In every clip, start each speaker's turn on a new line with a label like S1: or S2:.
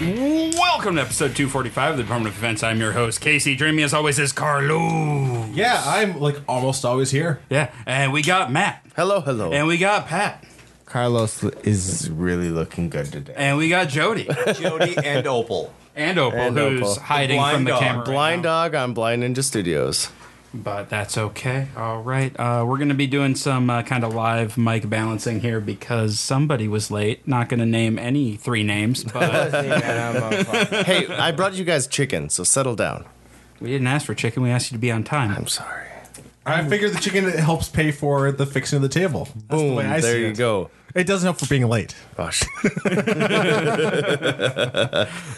S1: Welcome to episode 245 of the Department of Defense. I'm your host, Casey. Joining me as always is Carlo.
S2: Yeah, I'm like almost always here.
S1: Yeah, and we got Matt.
S3: Hello, hello.
S1: And we got Pat.
S3: Carlos is really looking good today.
S1: And we got Jody.
S4: Jody and Opal.
S1: And Opal,
S3: And
S1: who's
S3: Opal.
S1: hiding
S4: The blind
S1: from the
S4: dog.
S1: camera. right
S3: Blind
S1: now.
S3: Dog on Blind Ninja Studios.
S1: But that's okay. All right. Uh, we're going to be doing some uh, kind of live mic balancing here because somebody was late. Not going to name any three names, but
S3: Hey, I brought you guys chicken, so settle down.
S1: we didn't ask for chicken. We asked you to be on time.
S3: I'm sorry.
S2: I figured the chicken helps pay for the fixing of the table. That's the
S3: Boom.
S2: way I
S3: there
S2: see
S3: you
S2: it.
S3: go.
S2: It doesn't help for being late.
S3: Gosh.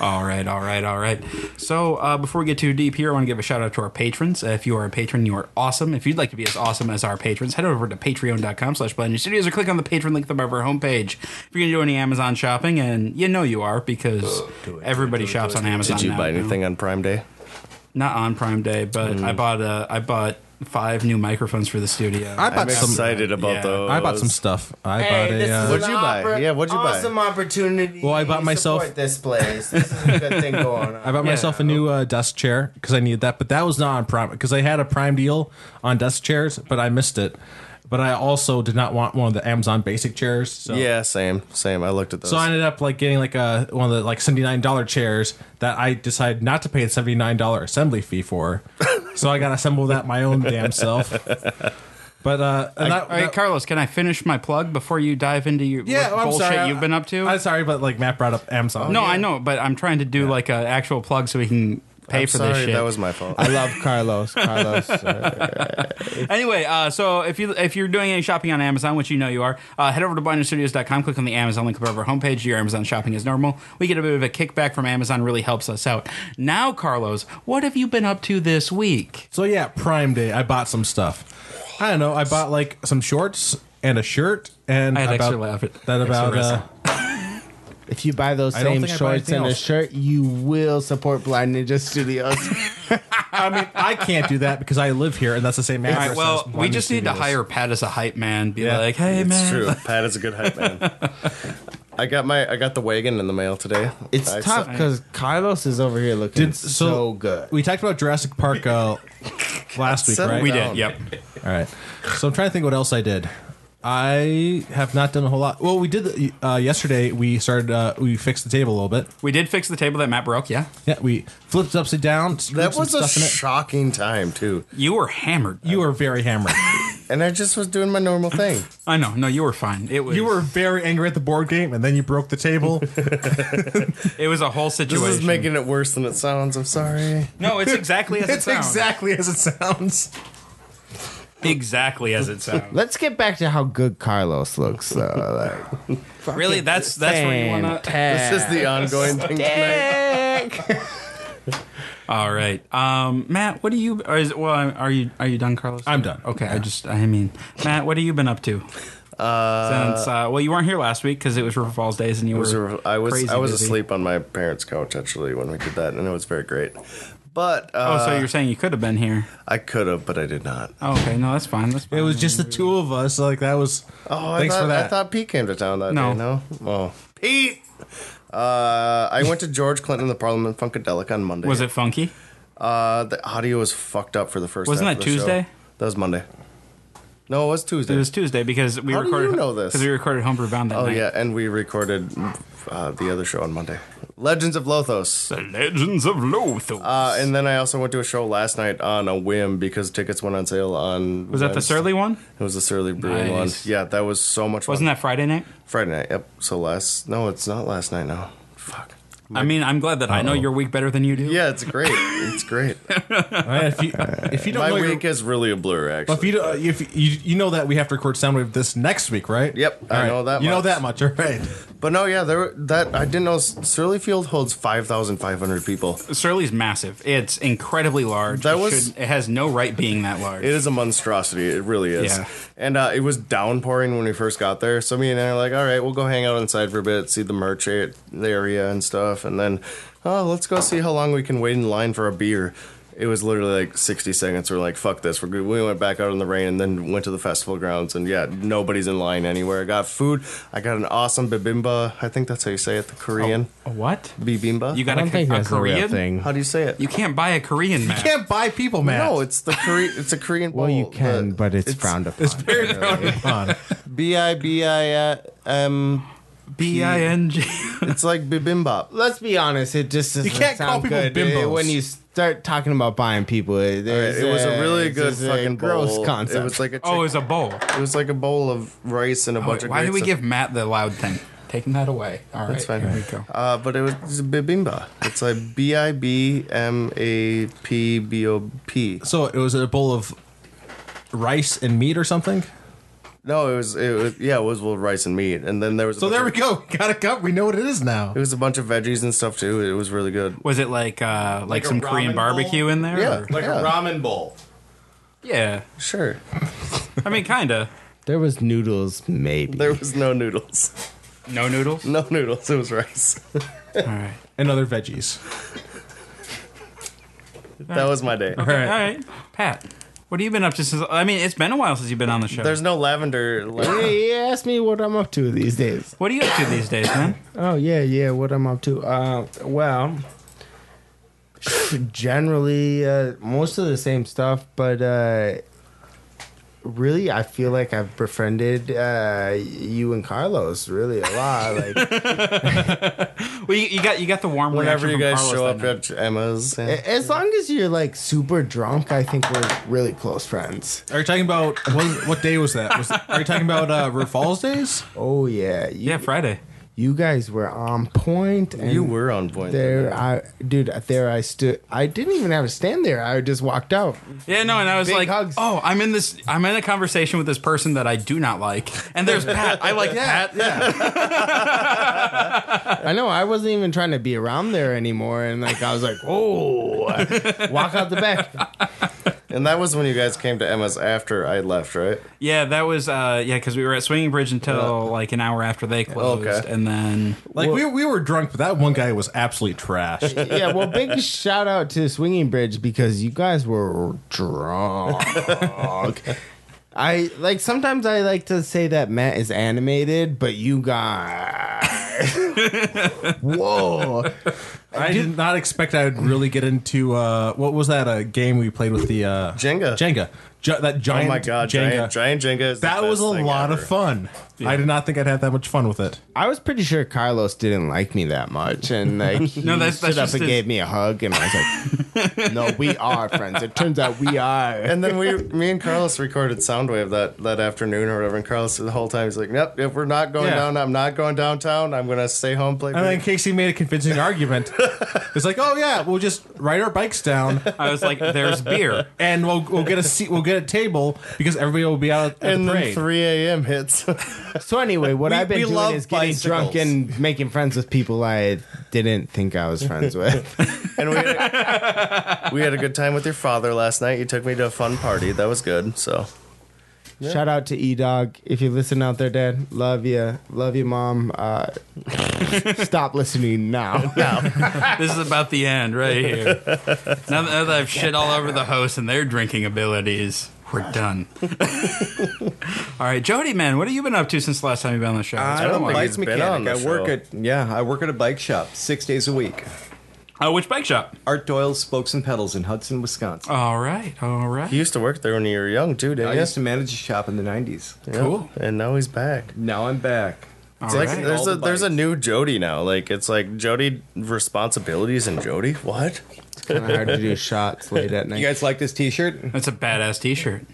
S1: All right, all right, all right. So uh, before we get too deep here, I want to give a shout out to our patrons. If you are a patron, you are awesome. If you'd like to be as awesome as our patrons, head over to patreon.com slash Blind Ninja Studios or click on the patron link above our homepage. If you're going to do any Amazon shopping, and you know you are because everybody shops on Amazon
S3: Did you
S1: now,
S3: buy
S1: you know?
S3: anything Mm. on Prime Day?
S1: Not on Prime Day, but I bought a, I bought five new microphones for the studio.
S2: I bought
S3: I'm
S2: some.
S3: excited about
S1: yeah.
S3: those.
S2: I bought some stuff. I bought
S5: Hey,
S2: a.
S5: this
S2: Uh,
S5: is
S3: What'd
S5: an
S3: you buy?
S5: oppor-
S3: Yeah, what'd you buy?
S5: Awesome opportunity.
S2: Well, I bought
S5: Support
S2: myself-
S5: this place. This is a good thing going
S2: I
S5: on.
S2: bought myself a new uh, desk chair because I needed that, but that was not on prime because I had a prime deal on desk chairs, but I missed it. But I also did not want one of the Amazon basic chairs. So.
S3: Yeah, same, same. I looked at those.
S2: So I ended up like getting like a one of the like seventy nine dollar chairs that I decided not to pay the seventy nine dollar assembly fee for. so I got to assemble that my own damn self. But uh, and that,
S1: all right,
S2: that-
S1: Carlos, can I finish my plug before you dive into your
S2: yeah,
S1: what
S2: I'm
S1: bullshit
S2: sorry.
S1: you've been up to?
S2: I'm sorry, but like Matt brought up
S3: Oh,
S2: Amazon.
S1: no, I know, but I'm trying to do like an actual plug so we can pay
S3: I'm
S1: for
S3: sorry,
S1: this shit.
S3: That was my fault.
S5: I love Carlos. Carlos.
S1: Anyway, uh, so if you if you're doing any shopping on Amazon, which you know you are, uh, head over to blindnerstudios.com, click on the Amazon link above our homepage. Your Amazon shopping is normal. We get a bit of a kickback from Amazon, really helps us out. Now, Carlos, what have you been up to this week?
S2: So yeah, Prime Day, I bought some stuff. I don't know. I bought like some shorts and a shirt, and
S1: I had
S2: about,
S1: extra laugh at-
S2: that about.
S1: extra
S2: Uh,
S1: rest.
S5: if you buy those
S2: I don't
S5: same
S2: think I bought
S5: shorts and
S2: anything
S5: a
S2: else.
S5: shirt, you will support Blind Ninja Studios.
S2: I mean, I can't do that because I live here, and that's the same address.
S1: All right, well,
S2: as
S1: we just need to
S2: Studios.
S1: hire Pat as a hype man. Be
S2: Yeah.
S1: like, hey,
S3: it's
S1: man.
S3: true. Pat is a good hype man. I got my I got the wagon in the mail today.
S5: It's
S3: I
S5: tough because Carlos is over here looking
S2: Did-
S5: so,
S2: so-
S5: good.
S2: We talked about Jurassic Park uh, last week,
S3: Settle
S2: right?
S1: We
S3: down.
S1: did, yep.
S2: All right. So I'm trying to think what else I did. I have not done a whole lot. Well, we did the- uh, yesterday. We started. Uh, we fixed the table a little bit.
S1: We did fix the table that Matt broke, yeah.
S2: Yeah, we flipped it upside down.
S3: That was a
S2: shot.
S3: shocking time too,
S1: You were hammered.
S2: You were very hammered.
S3: and I just was doing my normal thing.
S1: I know. No, you were fine. It was
S2: you were very angry at the board game, and then you broke the table.
S1: it was a whole
S3: This
S1: situation.
S3: is making it worse than it sounds. I'm sorry.
S1: no, it's exactly as it
S2: it's
S1: sounds.
S2: exactly as it sounds.
S1: exactly as it sounds.
S5: Let's get back to how good Carlos looks. Though. Like,
S1: really, that's that's where you want to.
S5: fantastic.
S3: This is the ongoing thing tonight.
S1: All right, um, Matt, what do you? Or is, well, I'm- are you are you done, Carlos?
S2: I'm done.
S1: Okay, I just I mean, Matt, what have you been up to? Uh, Since uh, well, you weren't here last week because it was River Falls days, and you
S3: was
S1: were
S3: a- I was
S1: crazy
S3: I was
S1: busy.
S3: asleep on my parents' couch actually when we did that, and it was very great. But
S1: Oh,
S3: uh,
S1: so you're saying you could have been here?
S3: I could have, but I did not.
S1: Oh, okay, no, that's fine. That's fine.
S2: It was just the two of us. so, Like that was.
S3: Oh,
S2: thanks
S3: I thought,
S2: for that.
S3: I thought Pete came to town that
S1: No.
S3: day. No, well, Pete. Uh, I went to George Clinton and the Parliament Funkadelic on Monday.
S1: Was it funky?
S3: Uh, the audio was fucked up for the first.
S1: Wasn't
S3: half
S1: that
S3: of the show.
S1: Tuesday?
S3: That was Monday. No, it was Tuesday.
S1: It was Tuesday because we
S3: How do you
S1: recorded.
S3: know this?
S1: Because we recorded Homebrew Bound that
S3: oh
S1: night.
S3: yeah, and we recorded uh, the other show on Monday, Legends of Lothos.
S1: The Legends of Lothal.
S3: Uh, and then I also went to a show last night on a whim because tickets went on sale on.
S1: was that the
S3: Wednesday.
S1: Surly one?
S3: It was the Surly Brewing
S1: Nice.
S3: one. Yeah, that was so much fun.
S1: Wasn't that Friday night?
S3: Friday night? Yep. So last. No, it's not last night. No. Fuck.
S1: I mean, I'm glad that I know your week better than you do.
S3: Yeah, it's great. it's great.
S2: Alright, if you if you don't
S3: My
S2: know your-
S3: week is really a blur, actually.
S2: Well, if you don't, if you, you know that we have to record Soundwave this next week, right?
S3: Yep, I know that
S2: You know
S3: much.
S2: that much, all right?
S3: But no, yeah, there that I didn't know Surly Field holds five thousand five hundred people.
S1: Surly's massive. It's incredibly large.
S3: That
S1: It
S3: was-
S1: should- it has no right being that large.
S3: It is a monstrosity. It really is.
S1: Yeah.
S3: And uh, it was downpouring when we first got there. So me and Anna are like, all right, we'll go hang out inside for a bit, see the merch a- the area and stuff. And then, oh, let's go see how long we can wait in line for a beer. It was literally like 60 seconds. We're like, fuck this. We're good. We went back out in the rain and then went to the festival grounds. And yeah, nobody's in line anywhere. I got food. I got an awesome bibimba. I think that's how you say it, the Korean.
S2: A what?
S3: Bibimba?
S1: you got
S5: I
S1: a,
S5: don't think
S1: a
S5: that's a real
S1: Korean
S5: thing.
S3: how do you say it?
S1: You can't buy a Korean map.
S2: Can't buy people, man.
S3: no, it's the Korean. It's a Korean.
S5: Well, you
S3: bowl.
S5: can,
S3: The-
S5: but it's, frowned upon.
S3: B i b i m.
S1: B I N G.
S3: It's like bibimbap.
S5: Let's be honest, it just doesn't
S2: You can't
S5: sound
S2: call people
S5: good
S2: bimbos.
S5: uh, when you start talking about buying people. It,
S3: Alright, it was a really good fucking
S5: gross
S3: bowl.
S5: concept.
S3: It was like a chick-
S1: Oh, it's a bowl.
S3: it was like a bowl of rice and a bunch of.
S1: Why did
S3: great
S1: we
S3: stuff.
S1: give Matt the loud thing? Taking that away. All right,
S3: That's fine.
S1: here we go.
S3: Uh, but it was it's bibimba. It's like b i b m a p b o p.
S2: So it was a bowl of rice and meat or something.
S3: No, it was it was yeah, it was with rice and meat, and then there was. A
S2: So
S3: bunch
S2: there we
S3: of,
S2: go. Got a cup. We know what it is now.
S3: It was a bunch of veggies and stuff too. It was really good.
S1: Was it like uh, like,
S5: a
S1: some Korean
S5: ramen bowl?
S1: barbecue in there?
S3: Yeah.
S1: or-
S3: Like a
S5: ramen bowl.
S1: yeah.
S3: Sure,
S1: I mean, kinda.
S5: There was noodles, maybe.
S3: there was no noodles.
S1: No noodles.
S3: No noodles. It was rice.
S1: All right.
S2: And other veggies.
S3: That was my day.
S1: All right, Pat. What have you been up to since? I mean, it's been a while since you've been on the show.
S3: There's no lavender.
S5: Yeah,
S3: Like,
S5: you asked me what I'm up to these days.
S1: what are you up to these days, man?
S5: Oh yeah, yeah. What I'm up to? Uh, well, generally, uh, most of the same stuff, but uh, really, I feel like I've befriended uh, you and Carlos really a lot. Like
S1: Well, you, you got you got the warm
S3: whenever you
S1: reaction from
S3: guys
S1: Carlos
S3: show
S1: that
S3: up
S1: night.
S3: at Emma's, yeah.
S5: a- as long as you're like super drunk, I think we're really close friends.
S2: Are you talking about what, what day was that? Was, are you talking about uh, Rafal's days?
S5: Oh yeah, you,
S1: yeah, Friday.
S5: you guys were on point. And
S3: eh, you were on point.
S5: There, I dude. There, I stood. I didn't even have a stand there. I just walked out.
S1: Yeah, no, and I was
S5: Big
S1: like,
S5: hugs.
S1: oh, I'm in this, I'm in a conversation with this person that I do not like, and there's Pat. I like Pat.
S5: I know I wasn't even trying to be around there anymore, and like I was like, "Whoa!" Walk out the back.
S3: And that was when you guys came to Emma's after I left, right?
S1: Yeah, that was, uh, yeah, because we were at Swinging Bridge until like an hour after they closed,
S3: Okay.
S1: and then
S2: Like we, we were drunk, but that one guy was absolutely trash.
S5: Yeah, well, big shout out to Swinging Bridge because you guys were drunk. I like sometimes I like to say that Matt is animated, but you guys, whoa!
S2: I did not expect I would really get into uh, what was that uh, game we played with the uh,
S3: Jenga.
S2: Jenga, Ju- that
S3: Oh
S2: giant.
S3: my god,
S2: Jenga.
S3: giant giant Jenga. Is the
S2: That was a
S3: best thing
S2: lot
S3: ever.
S2: of fun. I did not think I'd have that much fun with it.
S5: I was pretty sure Carlos didn't like me that much, and like he
S1: No, that's-
S5: stood
S1: that's
S5: up
S1: just
S5: and
S1: his-
S5: gave me a hug, and I was like, "No, we are friends." It turns out we are.
S3: And then we, me and Carlos recorded Soundwave that, that afternoon or whatever. And Carlos the whole time he's like, "Nope, if we're not going
S2: Yeah.
S3: down, I'm not going downtown. I'm gonna stay home play."
S2: And
S3: video."
S2: then Casey made a convincing argument. It's like, oh yeah, we'll just ride our bikes down,
S1: I was like, there's beer.
S2: and we'll we'll get a seat, we'll get a table because everybody will be out at the
S3: and then
S2: parade.
S3: 3 a.m. hits.
S5: So anyway, what
S2: We-
S5: I've been
S2: we
S5: doing
S2: love
S5: is getting
S2: bicycles.
S5: drunk and making friends with people I didn't think I was friends with.
S3: and we had, a, we had a good time with your father last night. You took me to a fun party. That was good. So
S5: Shout out to E Dog if you listen out there, Dad. Love you, love you, Mom. Uh, stop listening now.
S1: This is about the end right here. Now that, now that I've shit all over the host and their drinking abilities, we're done. all right, Jody, man, what have you been up to since the last time you've been on the show? It's
S4: I
S1: been a
S4: am a
S1: while.
S3: think
S4: bike
S3: he's been on
S4: mechanic.
S3: the
S4: I work
S3: show.
S4: at yeah, I work at a bike shop six days a week.
S1: Oh, which bike shop?
S4: Art Doyle's Spokes and Pedals in Hudson, Wisconsin.
S1: All right, all right.
S3: you used to work there when you were young too, didn't
S4: I
S3: you?
S4: used to manage a shop in the '90s.
S3: Yeah.
S1: Cool.
S3: And now he's back.
S4: Now I'm back.
S1: All
S3: It's like
S1: right.
S3: there's
S4: All
S3: a
S4: the
S3: there's a
S4: bikes.
S3: new Jody now. Like it's like Jody responsibilities and Jody what?
S5: Kind of hard to do shots late at
S4: You
S5: night.
S4: guys like this T-shirt?
S1: That's a badass T-shirt.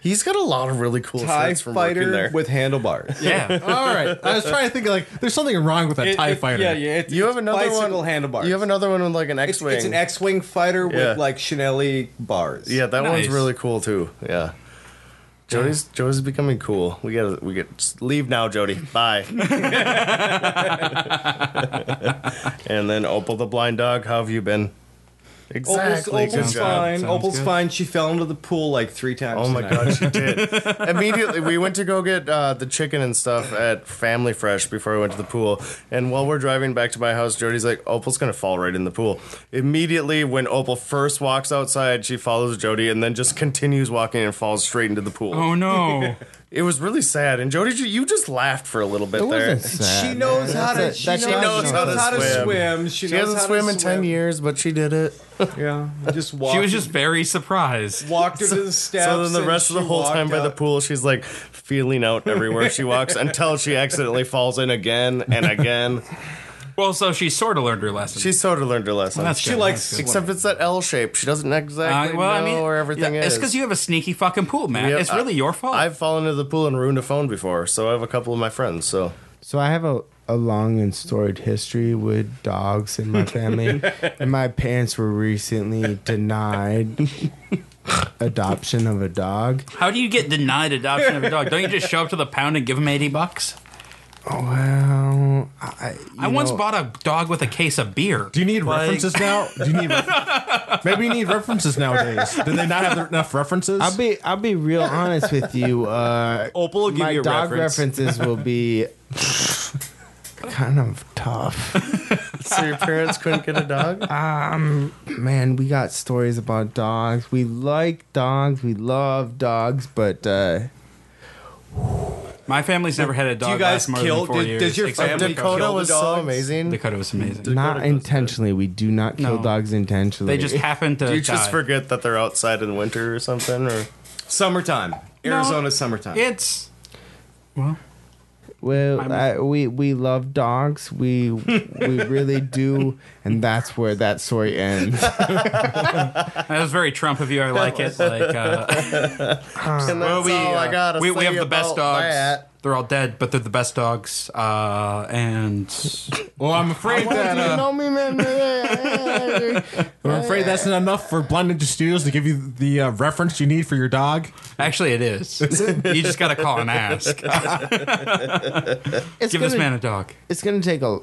S3: He's got a lot of really cool
S4: Tie
S3: shirts from working
S4: fighter
S3: there.
S4: with handlebars.
S1: Yeah.
S2: All right, I was trying to think like, there's something wrong with that
S4: It-
S2: Tie
S4: it-
S2: Fighter.
S4: Yeah, yeah. It's,
S3: you have
S4: it's
S3: another
S4: bicycle
S3: one.
S4: handlebars.
S3: You have another one with like an
S4: It's,
S3: X-wing.
S4: it's an X-wing fighter
S3: Yeah.
S4: with like Chinelli bars.
S3: yeah, that
S1: Nice.
S3: one's really cool too. Yeah. Jody's Jody's becoming cool. We gotta we get just leave now, Jody. Bye. and then Opal the blind dog. How have you been?
S4: Opal's,
S3: Good
S4: Opal's
S3: job.
S4: fine.
S1: Sounds
S4: Opal's
S1: good.
S4: fine. She fell into the pool like three times.
S3: Oh my
S4: tonight.
S3: god, she did. Immediately, we went to go get uh, the chicken and stuff at Family Fresh before we went to the pool. And while we're driving back to my house, Jody's like, Opal's gonna fall right in the pool. Immediately, when Opal first walks outside, she follows Jody and then just continues walking and falls straight into the pool.
S1: Oh no!
S3: It was really sad. And Jody, you- you just laughed for a little bit there.
S4: She knows how to.
S5: That's
S4: She
S5: it.
S4: knows,
S5: She knows
S4: how to, swim. She,
S3: She
S4: knows
S3: hasn't
S4: how to
S3: swam in 10 years, but she did it.
S4: Yeah, just walked.
S1: she was just very surprised.
S4: walked her to the steps.
S3: So then the
S4: and
S3: rest of
S4: she
S3: the whole time
S4: walked
S3: by the
S4: up.
S3: pool, she's like feeling out everywhere she walks until she accidentally falls in again and again.
S1: Well, so she sort of learned her lesson.
S3: She sort of learned her lesson.
S1: That's
S4: She
S1: good,
S4: likes-
S1: that's good.
S3: Except it's that L shape. She doesn't exactly
S1: Uh, well,
S3: know
S1: I mean,
S3: where everything
S1: yeah,
S3: is.
S1: It's because you have a sneaky fucking pool, man.
S3: Yep,
S1: it's really
S3: I-
S1: your fault.
S3: I've fallen into the pool and ruined a phone before, so I have a couple of my friends. So
S5: So I have a, a long and storied history with dogs in my family. and my parents were recently denied adoption of a dog.
S1: How do you get denied adoption of a dog? Don't you just show up to the pound and give them eighty bucks?
S5: Well, I,
S1: I once bought a dog with a case of beer.
S2: Do you need
S1: Like-
S2: references now? Do you need ref- maybe you need references nowadays? Do they not have enough references?
S5: I'll be I'll be real honest with you. Uh,
S4: Opal will give
S5: my
S4: you a
S5: dog
S4: reference.
S5: references will be kind of tough.
S3: so your parents couldn't get a dog?
S5: Man, we got stories about dogs. We like dogs. We love dogs, but uh,
S1: My family's never had a dog.
S4: you
S1: last
S4: guys
S1: more
S4: kill-
S1: Than four
S4: did-
S1: years,
S4: does your
S1: except
S4: family
S1: Dakota.
S4: kill
S3: Dakota
S4: the
S3: was so
S4: dogs.
S3: amazing.
S1: Dakota was amazing.
S5: not intentionally. We do not kill
S1: No.
S5: dogs intentionally.
S1: They just happened to
S3: Do you just
S1: die.
S3: forget that they're outside in winter or something? Or
S4: summertime.
S1: No.
S4: Arizona summertime.
S1: It's well,
S5: Well,
S1: I'm-
S5: I, we we love dogs. We we really do, and that's where that story ends.
S1: that was very Trump of you. I like it. Like, uh,
S3: and that's
S1: well, we
S3: all I
S1: uh,
S3: gotta
S1: we, we
S3: say
S1: have the best
S3: about
S1: dogs.
S3: that.
S1: They're all dead, but they're the best dogs. Uh, and
S2: well, I'm afraid that
S5: you
S2: uh,
S5: know me, man.
S2: I'm afraid that's not enough for Blind Ninja Studios to give you the uh, reference you need for your dog.
S1: actually, it is. you just gotta call and ask.
S5: It's
S1: Give
S5: gonna,
S1: this man a dog.
S5: It's gonna take a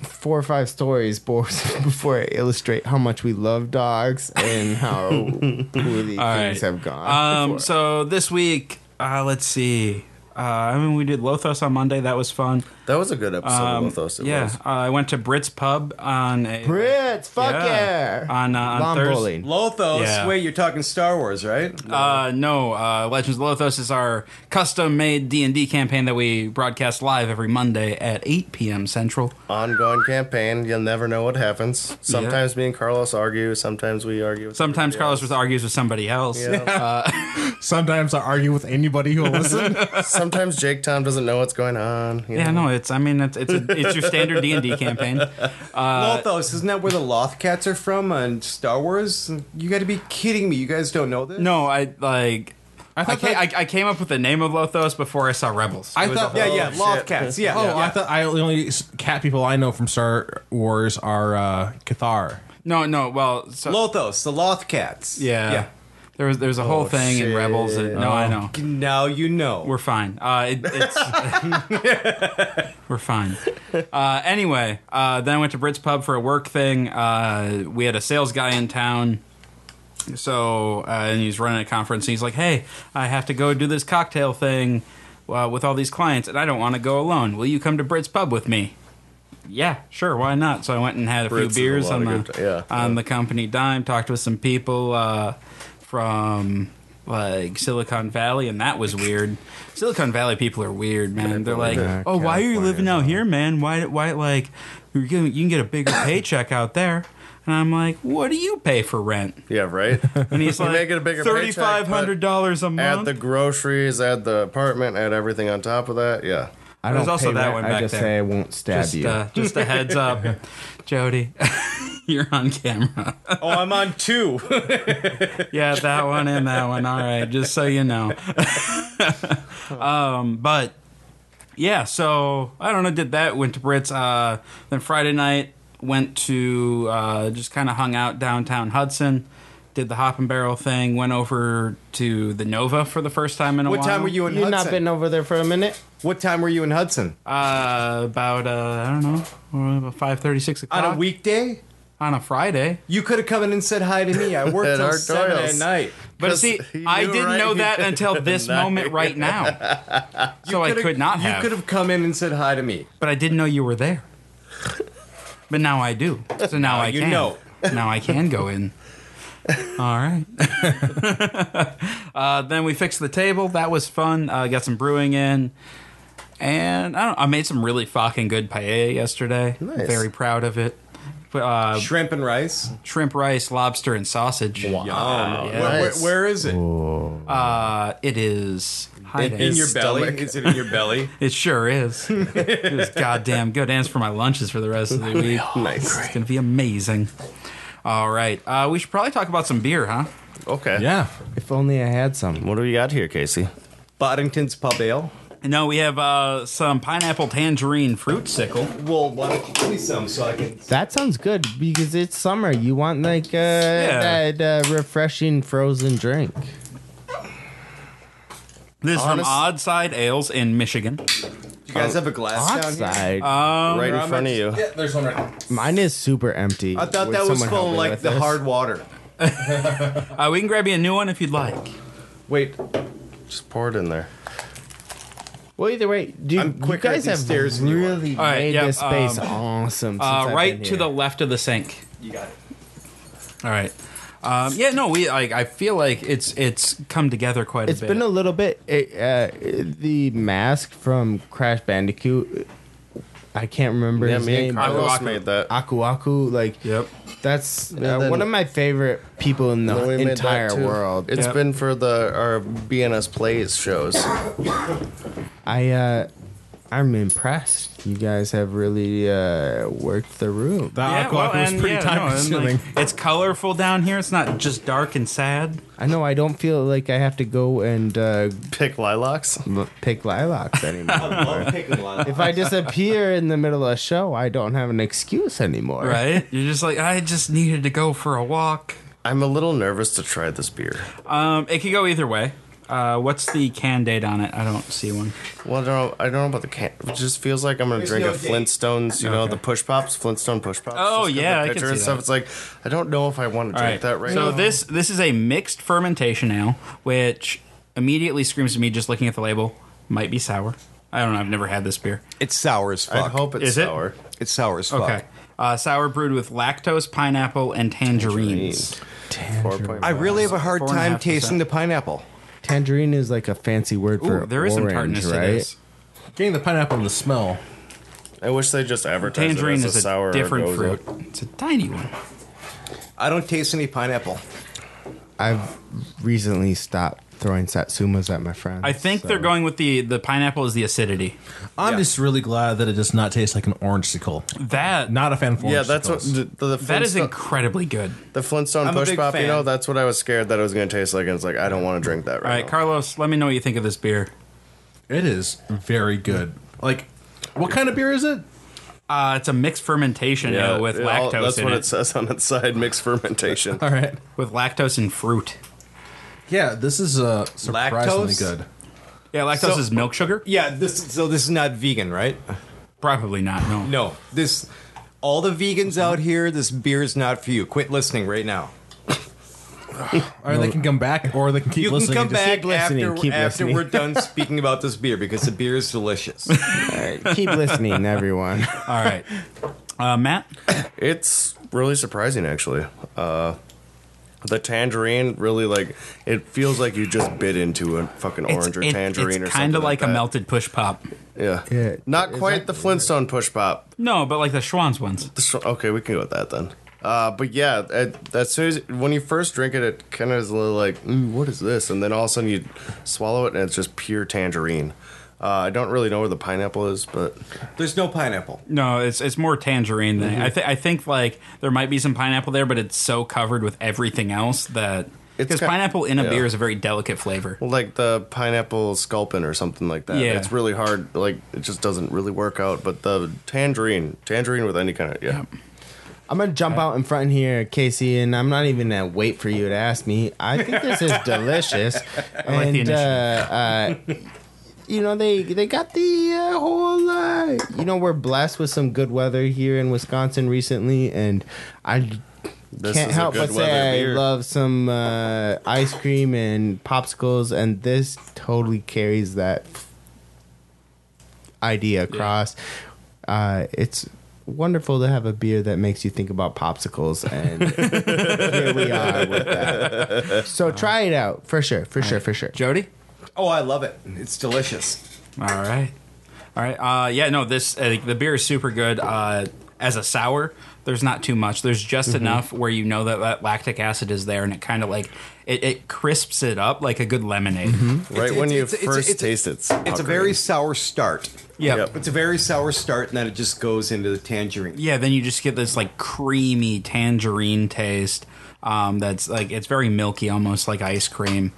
S5: four or five stories before, before I illustrate how much we love dogs and how poorly things
S1: right.
S5: have gone.
S1: Um, so this week, uh, let's see. Uh, I mean, we did Lothos on Monday. That was fun.
S3: That was a good episode
S1: Um,
S3: of those. It
S1: yeah,
S3: was.
S1: Uh, I went to Brits Pub on a
S5: Brits, fuck yeah!
S1: on uh, on
S5: Lawn
S1: Thurs-
S5: bowling.
S4: Lothos.
S1: Yeah.
S4: Wait, you're talking Star Wars, right?
S1: Uh, no, uh, Legends of Lothos is our custom-made D and D campaign that we broadcast live every Monday at 8 p.m. Central.
S3: Ongoing campaign. You'll never know what happens. Sometimes me and Carlos argue. Sometimes we argue. with
S1: Sometimes
S3: somebody
S1: Carlos
S3: else.
S1: with argues with somebody else.
S2: Sometimes I argue with anybody who will listen.
S3: Sometimes Jake Tom doesn't know what's going on. you
S1: Yeah,
S3: know?
S1: no, it's I mean it's it's, a, it's your standard D and D campaign. Uh,
S4: Lothos, isn't that where the Lothcats are from on Star Wars? You got to be kidding me! You guys don't know this?
S1: No, I like. I,
S2: thought
S1: ca- I, I came up with the name of Lothos before I saw Rebels.
S2: I
S1: It was
S2: thought-
S1: a
S4: Yeah,
S1: whole-
S4: yeah, Lothcats. Yeah.
S2: Oh,
S4: yeah.
S2: I thought I the only s- cat people I know from Star Wars are uh, Cathar.
S1: No, no. Well, so,
S4: Lothos, the Lothcats.
S1: yeah. There was there's a whole thing in Rebels. That, no, I know.
S4: Yeah. Now you know.
S1: We're fine. Uh, it, it's we're fine. Uh, anyway, uh, then I went to Brits Pub for a work thing. Uh, we had a sales guy in town. So, uh, and he's running a conference, and he's like, "Hey, I have to go do this cocktail thing uh, with all these clients, and I don't want to go alone. Will you come to Brits Pub with me?" Yeah, sure. Why not? So I went and had a
S3: Brits is a
S1: few beers
S3: lot
S1: on
S3: of
S1: the
S3: good- yeah.
S1: on the company dime. Talked with some people uh, from like Silicon Valley, and that was weird. Silicon Valley people are weird, man. They're like,
S5: Yeah,
S1: "Oh, why are you
S5: California
S1: living out here, man? Why? Why like you're gonna, you can get a bigger paycheck out there?" And I'm like, "What do you pay for rent?"
S3: Yeah, right.
S1: And he's
S3: You
S1: like,
S3: make it a bigger
S1: thirty
S3: paycheck, but
S1: five hundred dollars a
S3: add
S1: month."
S3: the groceries, add the apartment, add everything on top of that. Yeah.
S5: I
S1: There's
S5: don't
S1: also
S5: pay
S1: that
S5: rent,
S1: one
S5: I
S1: back
S5: just
S1: there.
S5: say I won't stab
S1: just,
S5: you.
S1: uh, just a heads up, Jody. You're on camera.
S4: oh, I'm on two.
S1: yeah, that one and that one. All right, just so you know. um, but yeah, so I don't know. Did that went to Brits. Uh, then Friday night went to uh, just kind of hung out downtown Hudson. did the hop and barrel thing, went over to the Nova for the first time in a
S4: What
S1: while.
S4: time were you in
S5: You've
S4: Hudson?
S5: not been over there for a minute.
S4: what time were you in Hudson?
S1: Uh, about uh, I don't know, about five thirty, six o'clock
S4: On a weekday?
S1: on a Friday.
S4: You could have come in and said hi to me. I worked
S3: At
S4: till
S3: Art
S4: seven
S3: Doyle's.
S4: at night.
S1: But
S3: 'Cause
S1: see,
S3: he
S1: I
S3: knew,
S1: didn't
S3: right?
S1: know that until this
S3: Nice.
S1: moment right now. so I
S4: Coulda-
S1: could not have.
S4: You could have come in and said hi to me.
S1: But I didn't know you were there. But now I do. So now, I
S4: you
S1: can.
S4: know.
S1: Now I can go in. All right. uh, then we fixed the table. That was fun. Uh, got some brewing in. And I, don't, I made some really fucking good paella yesterday.
S5: Nice.
S1: Very proud of it. But, Uh,
S4: Shrimp and rice.
S1: shrimp, rice, lobster, and sausage.
S4: Yum.
S1: yeah.
S4: Where- where-
S3: Nice.
S4: where is it?
S1: Uh, it is. Hi
S3: It
S1: there.
S4: in
S3: is-
S4: your
S3: his
S4: belly?
S3: stomach.
S4: Is it in your belly?
S1: It sure is. it was goddamn good. And it's for my lunches for the rest of the week.
S5: Oh,
S3: Nice.
S1: It's gonna be amazing. All right, uh, we should probably talk about some beer, huh?
S3: Okay.
S2: Yeah.
S5: If only I had some.
S3: What do we got here, Casey?
S4: Boddington's Pub Ale.
S1: No, we have uh, some pineapple tangerine fruit sickle.
S4: Well, why don't you give me some so I can.
S5: That sounds good because it's summer. You want like uh, that uh, refreshing frozen drink.
S1: This is from
S3: Honest-
S1: Odd Side Ales in Michigan.
S4: Do you guys have a glass
S5: Hot
S4: down here?
S5: side.
S1: Um,
S3: right in
S4: Robert-
S3: front of you.
S2: Yeah, there's one right
S5: Mine is super empty.
S4: I thought
S5: Would
S4: that was
S5: someone help
S4: full
S5: me
S4: like
S5: with
S4: the
S5: this?
S4: hard water.
S1: Uh, we can grab you a new one if you'd like.
S4: Wait,
S3: Just pour it in there.
S5: Well, either way, dude,
S4: I'm
S5: you
S4: quicker at
S5: guys
S4: these
S5: have
S4: stairs than you are.
S5: really
S1: All right,
S5: made
S1: yeah,
S5: this space
S1: um,
S5: awesome. since
S1: Uh,
S5: I've been
S1: right to
S5: here.
S1: the left of the sink.
S4: you got it.
S1: All right. Um, yeah, no, we. I, I feel like it's it's come together quite
S5: It's
S1: a bit.
S5: been a little bit. It, uh, the mask from Crash Bandicoot. I can't remember
S3: Yeah,
S5: his
S3: me
S5: name.
S3: and
S1: Carlos
S3: Carlos
S1: Aqua-
S3: made that.
S5: Aku Aku, like
S1: Yep.
S5: that's uh,
S3: then-
S5: one of my favorite people in the
S3: We made that
S5: entire
S3: too.
S5: world.
S3: It's
S1: Yep.
S3: been for the our BNS plays shows.
S5: I uh, I'm impressed. You guys have really uh, worked the room.
S2: That
S1: Yeah,
S2: alcohol
S1: well,
S2: was
S1: and
S2: pretty
S1: yeah,
S2: time
S1: no, and, like,
S2: consuming.
S1: it's colorful down here. It's not just dark and sad.
S5: I know I don't feel like I have to go and uh,
S3: Pick lilacs.
S5: pick lilacs anymore.
S4: I'm picking one.
S5: if I disappear in the middle of a show, I don't have an excuse anymore.
S1: Right? You're just like, I just needed to go for a walk.
S3: I'm a little nervous to try this beer.
S1: Um, it could go either way. Uh, what's the can date on it? I don't see one.
S3: Well, I don't know, I don't know about the can. It just feels like I'm gonna
S4: There's
S3: drink
S4: no
S3: a
S4: date.
S3: Flintstones. You know the push pops, Flintstone push pops.
S1: Oh,
S3: just 'cause
S1: yeah, I
S3: the
S1: can
S3: picture
S1: see
S3: and stuff.
S1: that.
S3: It's like I don't know if I want to
S1: All
S3: drink
S1: right.
S3: that right
S1: so
S3: now.
S1: this this is a mixed fermentation ale, which immediately screams to me just looking at the label, might be sour. I don't know. I've never had this beer.
S4: It's sour as fuck.
S3: I hope it's
S1: Is it?
S3: sour.
S4: it's sour as fuck.
S1: Okay. Uh, sour brewed with lactose, pineapple, and tangerines.
S3: Four point
S4: I
S3: five.
S4: really have a hard
S1: Four and a
S4: time
S1: half percent.
S4: tasting the pineapple.
S5: Tangerine is like a fancy word for
S1: Ooh, there is some
S5: orange,
S1: tartness
S5: right?
S1: to this.
S2: Getting the pineapple and the smell.
S3: I wish they just advertised
S1: Tangerine
S3: it as
S1: is
S3: a,
S1: a
S3: sour
S1: different
S3: Orgoza.
S1: fruit. It's a tiny one.
S4: I don't taste any pineapple.
S5: I've recently stopped throwing satsumas at my friends.
S1: I think
S5: so-
S1: they're going with the the pineapple is the acidity.
S2: I'm
S4: Yeah.
S2: just really glad that it does not taste like an orange sickle.
S1: That
S2: Not a fan of orange
S3: Yeah, that's what
S2: sickles.
S3: the, the,
S1: that is
S3: Flintstone-
S1: incredibly good.
S3: the Flintstone
S4: I'm a
S3: push
S4: big
S3: pop.
S4: fan.
S3: You know, that's what I was scared that it was gonna taste like, and it's like I don't want to drink that
S1: All
S3: right.
S1: right,
S3: now.
S1: Carlos, let me know what you think of this beer.
S2: It is very good. Like, what kind of beer is it?
S1: Uh, it's a mixed fermentation ale with
S3: it all-
S1: lactose
S3: That's
S1: in
S3: what
S1: it.
S3: it says on its side: mixed fermentation.
S2: All right.
S1: with lactose and fruit.
S2: Yeah, this is uh, surprisingly
S4: Lactose?
S2: good.
S1: Yeah, lactose
S4: So-
S1: is milk sugar.
S4: Yeah, this so this is not vegan, right?
S1: Probably not. No.
S4: No, this all the vegans out here. This beer is not for you. Quit listening right now.
S2: Or they can come back, or they can keep
S4: you can
S2: listening.
S4: come
S2: and just-
S4: back
S5: listening,
S4: after,
S5: keep
S4: after
S5: listening.
S4: we're done speaking about this beer because the beer is delicious.
S5: All right, keep listening, everyone.
S1: All right, uh, Matt.
S3: It's really surprising, actually. Uh, the tangerine really like it feels like you just bit into a fucking orange or
S1: it-
S3: tangerine or
S1: it's
S3: something.
S1: kind of like a
S3: that.
S1: melted push pop.
S3: Yeah,
S5: Yeah,
S3: Not
S5: is
S3: quite
S5: that-
S3: the Flintstone push pop.
S1: No, but like the Schwann's ones.
S3: This- Okay, we can go with that then. Uh, but yeah, at, as soon as when you first drink it, it kind of is a little like, mm, what is this? And then all of a sudden you swallow it, and it's just pure tangerine. Uh, I don't really know where the pineapple is, but
S4: There's no pineapple.
S1: No, it's it's more tangerine than
S3: Mm-hmm.
S1: I think. I think like there might be some pineapple there, but it's so covered with everything else that
S3: It's
S1: because
S3: ki-
S1: pineapple in a
S3: yeah.
S1: beer is a very delicate flavor.
S3: like the pineapple sculpin or something like that.
S1: Yeah.
S3: It's really hard. Like it just doesn't really work out. But the tangerine, tangerine with any kind of yeah.
S5: I'm gonna jump out in front here, Casey, and I'm not even gonna wait for you to ask me. I think this is delicious, and
S1: like the
S5: uh, uh, you know they they got the uh, whole. Uh, you know we're blessed with some good weather here in Wisconsin recently, and I
S3: This
S5: can't
S3: is a
S5: help
S3: good
S5: but
S3: weather
S5: say I
S3: beer.
S5: love some uh, ice cream and popsicles, and this totally carries that idea across. Uh, it's wonderful to have a beer that makes you think about popsicles, and here we are with that.
S3: Uh,
S5: So try it out for sure, for sure, for sure.
S1: Jody?
S4: Oh, I love it. It's delicious.
S1: All right. All right. Uh, yeah, no, this uh, the beer is super good. Uh, as a sour, there's not too much. There's just enough where you know that, that lactic acid is there, and it kind of like it, it crisps it up like a good lemonade.
S3: Right
S4: it's-
S3: when you
S4: it's- it's-
S3: first
S4: it's-
S3: taste it, it's,
S4: It's a
S3: puckering.
S4: very sour start.
S1: Yep.
S3: Yep.
S4: It's a very sour start, and then it just goes into the tangerine.
S1: Yeah, then you just get this like creamy tangerine taste. Um, that's like it's very milky, almost like ice cream.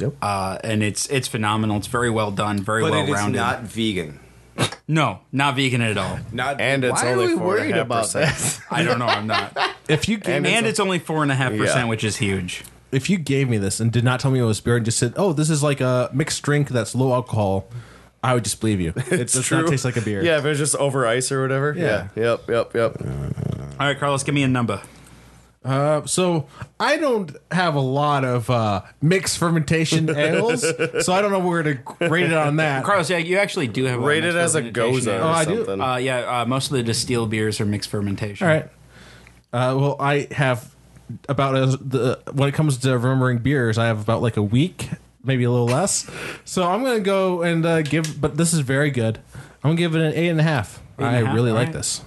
S5: Yep.
S1: Uh, and it's it's phenomenal. It's very well done, very
S4: But
S1: well
S4: it is
S1: rounded.
S4: not vegan.
S1: no, not vegan at all.
S4: Not
S3: and it's
S5: Why are
S3: only
S5: we
S3: four and
S5: worried
S3: a half
S5: about
S3: percent.
S1: I don't know. I'm not.
S2: If you gave
S1: and,
S2: me,
S1: it's, only four and a half
S3: Yeah.
S1: percent, which is huge.
S2: if you gave me this and did not tell me it was beer and just said, "Oh, this is like a mixed drink that's low alcohol," I would just believe you. It does not taste like a beer.
S3: Yeah, if it's just over ice or whatever.
S2: Yeah.
S3: Yeah. Yep. Yep. Yep.
S1: All right, Carlos, give me a number.
S2: Uh, so I don't have a lot of uh, mixed fermentation ales, so I don't know where to rate it on that.
S1: Carlos, yeah, you actually do have
S3: Rate it
S1: mixed
S3: as a
S1: fermentation
S3: goza or
S1: ale.
S2: I do.
S3: something.
S1: Uh, yeah, uh, most of the distilled beers are mixed fermentation.
S2: All right. Uh, well, I have about as the when it comes to remembering beers, I have about like a week, maybe a little less. So I'm gonna go and uh, give, but this is very good. I'm gonna give it an eight and a half.
S1: Eight and
S2: I
S1: a half,
S2: really
S1: all
S2: like
S1: right.
S2: this.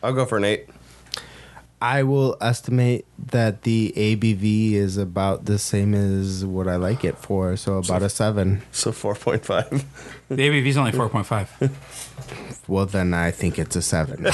S3: I'll go for an eight.
S5: I will estimate that the ABV is about the same as what I like it for, so about a seven.
S3: So four point five.
S1: The ABV is only 4.5.
S5: Well, then I think it's a seven.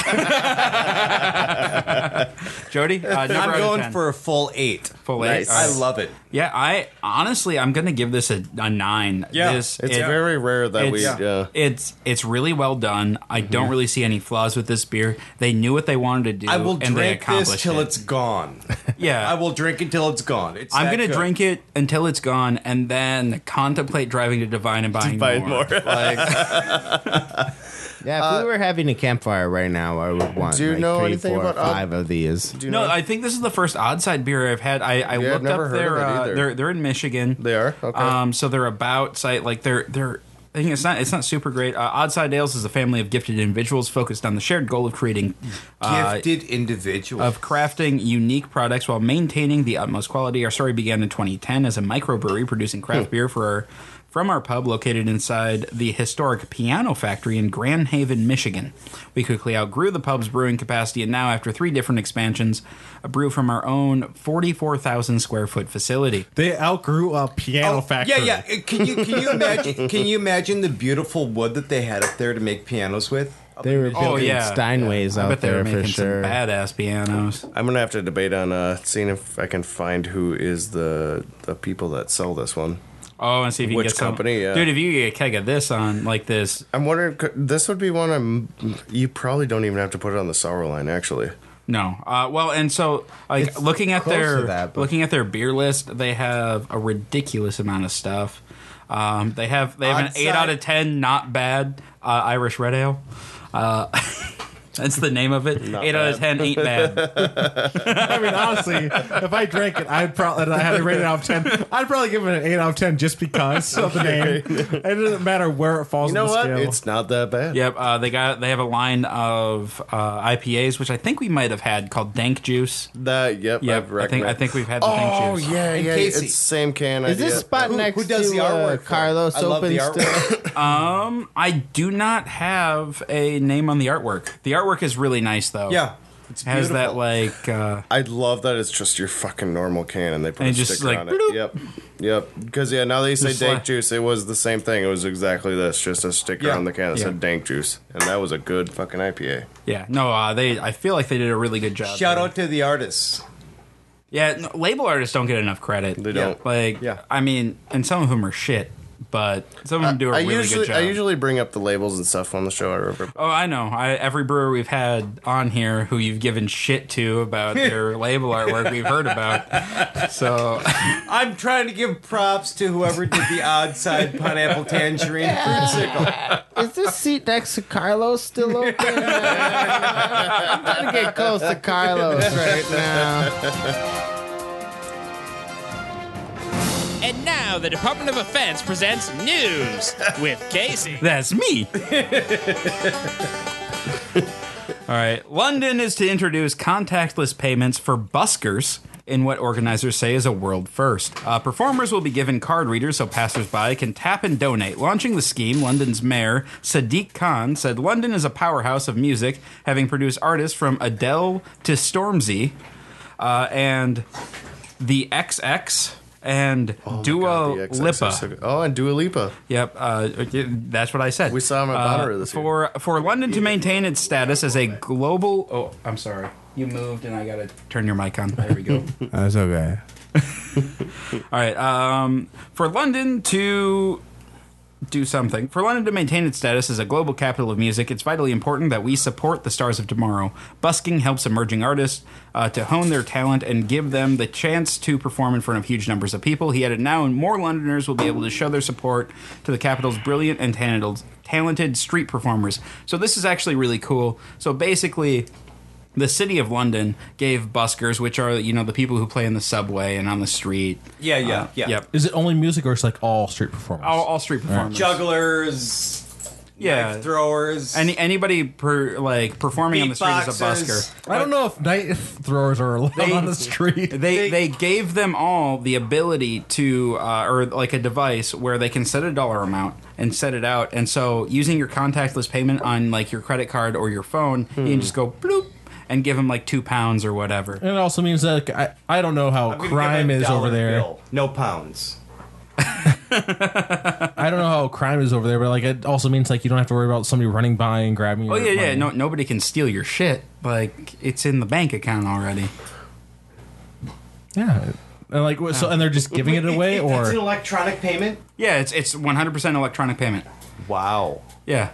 S1: Jody, uh, number out
S4: I'm
S1: of
S4: going
S1: 10.
S4: for a full eight.
S1: full eight.
S3: Nice.
S1: All right.
S4: I love it.
S1: Yeah, I honestly, I'm gonna give this a, a nine.
S4: Yeah,
S1: this,
S3: It's
S1: it-
S3: very rare that we. uh,
S1: It's,
S3: Yeah.
S1: it's it's really well done. I don't really see any flaws with this beer. They knew what they wanted to do.
S4: I will
S1: and they
S4: drink
S1: accomplished
S4: this till
S1: it.
S4: it's gone.
S1: yeah.
S4: I will drink until it's gone. It's
S1: I'm
S4: that
S1: gonna
S4: good.
S1: drink it until it's gone, and then contemplate driving to Divine and buying
S3: Buy
S1: more.
S3: more.
S5: yeah, if we were having a campfire right now, I would want
S3: do you
S5: like
S3: know
S5: three,
S3: anything
S5: four,
S3: about odd-
S5: five of these.
S3: Do you
S1: No,
S3: know?
S1: I think this is the first Oddside beer I've had. I, I
S3: Yeah, I've
S1: looked
S3: never
S1: up
S3: heard of
S1: their.
S3: it
S1: Uh,
S3: either.
S1: they're they're in Michigan.
S3: They are? Okay.
S1: Um, so they're about site like they're they're. I think it's not it's not super great. Uh, Oddside Ales is a family of gifted individuals focused on the shared goal of creating uh,
S4: Gifted individual.
S1: of crafting unique products while maintaining the utmost quality. Our story began in 2010 as a microbrewery producing
S5: Hmm.
S1: craft beer for our, from our pub located inside the historic Piano Factory in Grand Haven, Michigan. We quickly outgrew the pub's brewing capacity, and now, after three different expansions, brew from our own 44,000 square foot facility.
S2: They outgrew a piano
S4: Oh,
S2: factory.
S4: Yeah, yeah. Uh, Can you can you imagine? can you imagine the beautiful wood that they had up there to make pianos with? Up
S5: They
S4: in
S5: were
S4: Michigan.
S5: building
S1: yeah.
S5: Steinways
S1: I
S5: out
S1: bet they were
S5: there
S1: making
S5: for sure.
S1: some badass pianos.
S3: I'm gonna have to debate on uh, seeing if I can find who is the the people that sell this one.
S1: Oh, and see if you can
S3: Which
S1: get some-
S3: company,
S5: uh?
S3: yeah.
S1: Dude, if you get a keg of this on like this,
S3: I'm wondering. could- This would be one. I'm. You probably don't even have to put it on the sour line. Actually,
S1: No. Uh, well, and so like
S5: It's
S1: looking at
S5: close
S1: their
S5: to that, but-
S1: looking at their beer list, they have a ridiculous amount of stuff. Um, they have they have an eight
S4: Oddside-
S1: out of ten, not bad uh, Irish red ale. Uh, that's the name of it. eight out of ten, ain't bad.
S2: I mean, honestly, if I drank it, I'd probably and I had to rate it out of ten. I'd probably give it an eight out of ten just because of the name. It doesn't matter where it falls.
S3: you
S2: on
S3: know
S2: the
S3: what?
S2: Scale.
S3: It's not that bad.
S1: yep. Uh, they got they have a line of uh, IPAs, which I think we might have had called Dank Juice.
S3: That. Yep.
S1: Yep.
S3: I've
S1: I think I
S3: recommend-
S1: think we've had the
S3: Oh
S1: Dank Juice.
S3: yeah,
S4: And
S3: yeah.
S4: Casey.
S3: It's same can.
S5: Is this
S3: idea.
S5: spot
S4: Who-
S5: next
S4: who does
S5: to
S4: the artwork?
S5: uh,
S4: for it?
S5: Carlos
S4: I love the
S5: Open
S4: artwork.
S5: still?
S1: Um, I do not have a name on the artwork. The artwork is really nice though.
S4: Yeah, it's
S1: has that
S4: beautiful.
S1: like uh
S3: I love that it's just your fucking normal can, and they put
S1: And
S3: a
S1: just
S3: sticker
S1: like,
S3: on
S1: bloop.
S3: it. Yep, yep. Because yeah, now that you say
S1: Just
S3: dank
S1: like-
S3: juice, it was the same thing. It was exactly this, just a sticker
S4: Yeah.
S3: on the can that
S1: Yeah.
S3: said dank juice, and that was a good fucking IPA.
S1: Yeah, no, uh, they. I feel like they did a really good job.
S4: Shout
S1: there.
S4: out to the artists.
S1: Yeah, no, label artists don't get enough credit.
S3: They don't.
S1: Like,
S3: Yeah. Uh,
S1: I mean, and some of them are shit. but some of them do a
S3: I
S1: really
S3: usually
S1: good job.
S3: I usually bring up the labels and stuff on the show. I remember.
S1: Oh, I know. I, every brewer we've had on here who you've given shit to about their label artwork, we've heard about. So
S4: I'm trying to give props to whoever did the odd side pineapple tangerine fruit sickle.
S5: Is this seat next to Carlos still open? I'm trying to get close to Carlos right now.
S6: And now the Department of Defense presents news with Casey.
S1: that's me. All right. London is to introduce contactless payments for buskers in what organizers say is a world first. Uh, performers will be given card readers so passersby can tap and donate. Launching the scheme, London's mayor, Sadiq Khan, said London is a powerhouse of music, having produced artists from Adele to Stormzy. Uh, and the XX and Dua
S3: Oh God, the XX are
S1: Lipa.
S3: so good. oh, and Dua Lipa.
S1: Yep, uh, that's what I said.
S3: We saw him at Bonnaroo this year.
S1: Uh, for for London to maintain its status as a global. Oh, I'm sorry, you moved, and I gotta turn your mic on. There we go.
S7: That's okay.
S1: All right. Um, for London to do something, for London to maintain its status as a global capital of music, it's vitally important that we support the stars of tomorrow. Busking helps emerging artists uh, to hone their talent and give them the chance to perform in front of huge numbers of people. He added, now more Londoners will be able to show their support to the capital's brilliant and talented, talented street performers. So this is actually really cool. So basically, the city of London gave buskers, which are you know the people who play in the subway and on the street.
S4: Yeah, yeah, yeah.
S1: Uh, Yep.
S2: Is it only music or it's like all street performers?
S1: All, all street performers.
S4: Jugglers,
S1: yeah.
S4: knife throwers,
S1: Uh, Any anybody per, like performing on the street as a
S4: Beatboxers.
S1: busker.
S2: I don't know if night throwers are allowed on the street.
S1: They, they gave them all the ability to uh, or like a device where they can set a dollar amount and set it out and so using your contactless payment on like your credit card or your phone you can just go bloop and give them like two pounds or whatever
S2: And it also means that like, I, I don't know how
S4: I'm gonna
S2: crime
S4: give a
S2: is over
S4: dollar
S2: there.
S4: bill. No pounds.
S2: I don't know how crime is over there, but like it also means like you don't have to worry about somebody running by and grabbing.
S1: oh
S2: Your
S1: yeah yeah
S2: money.
S1: no, nobody can steal your shit like it's in the bank account already
S2: yeah. And like what- so, and they're just giving it away,
S4: It's an
S2: or
S4: electronic payment.
S1: yeah it's it's 100% electronic payment
S4: Wow.
S1: yeah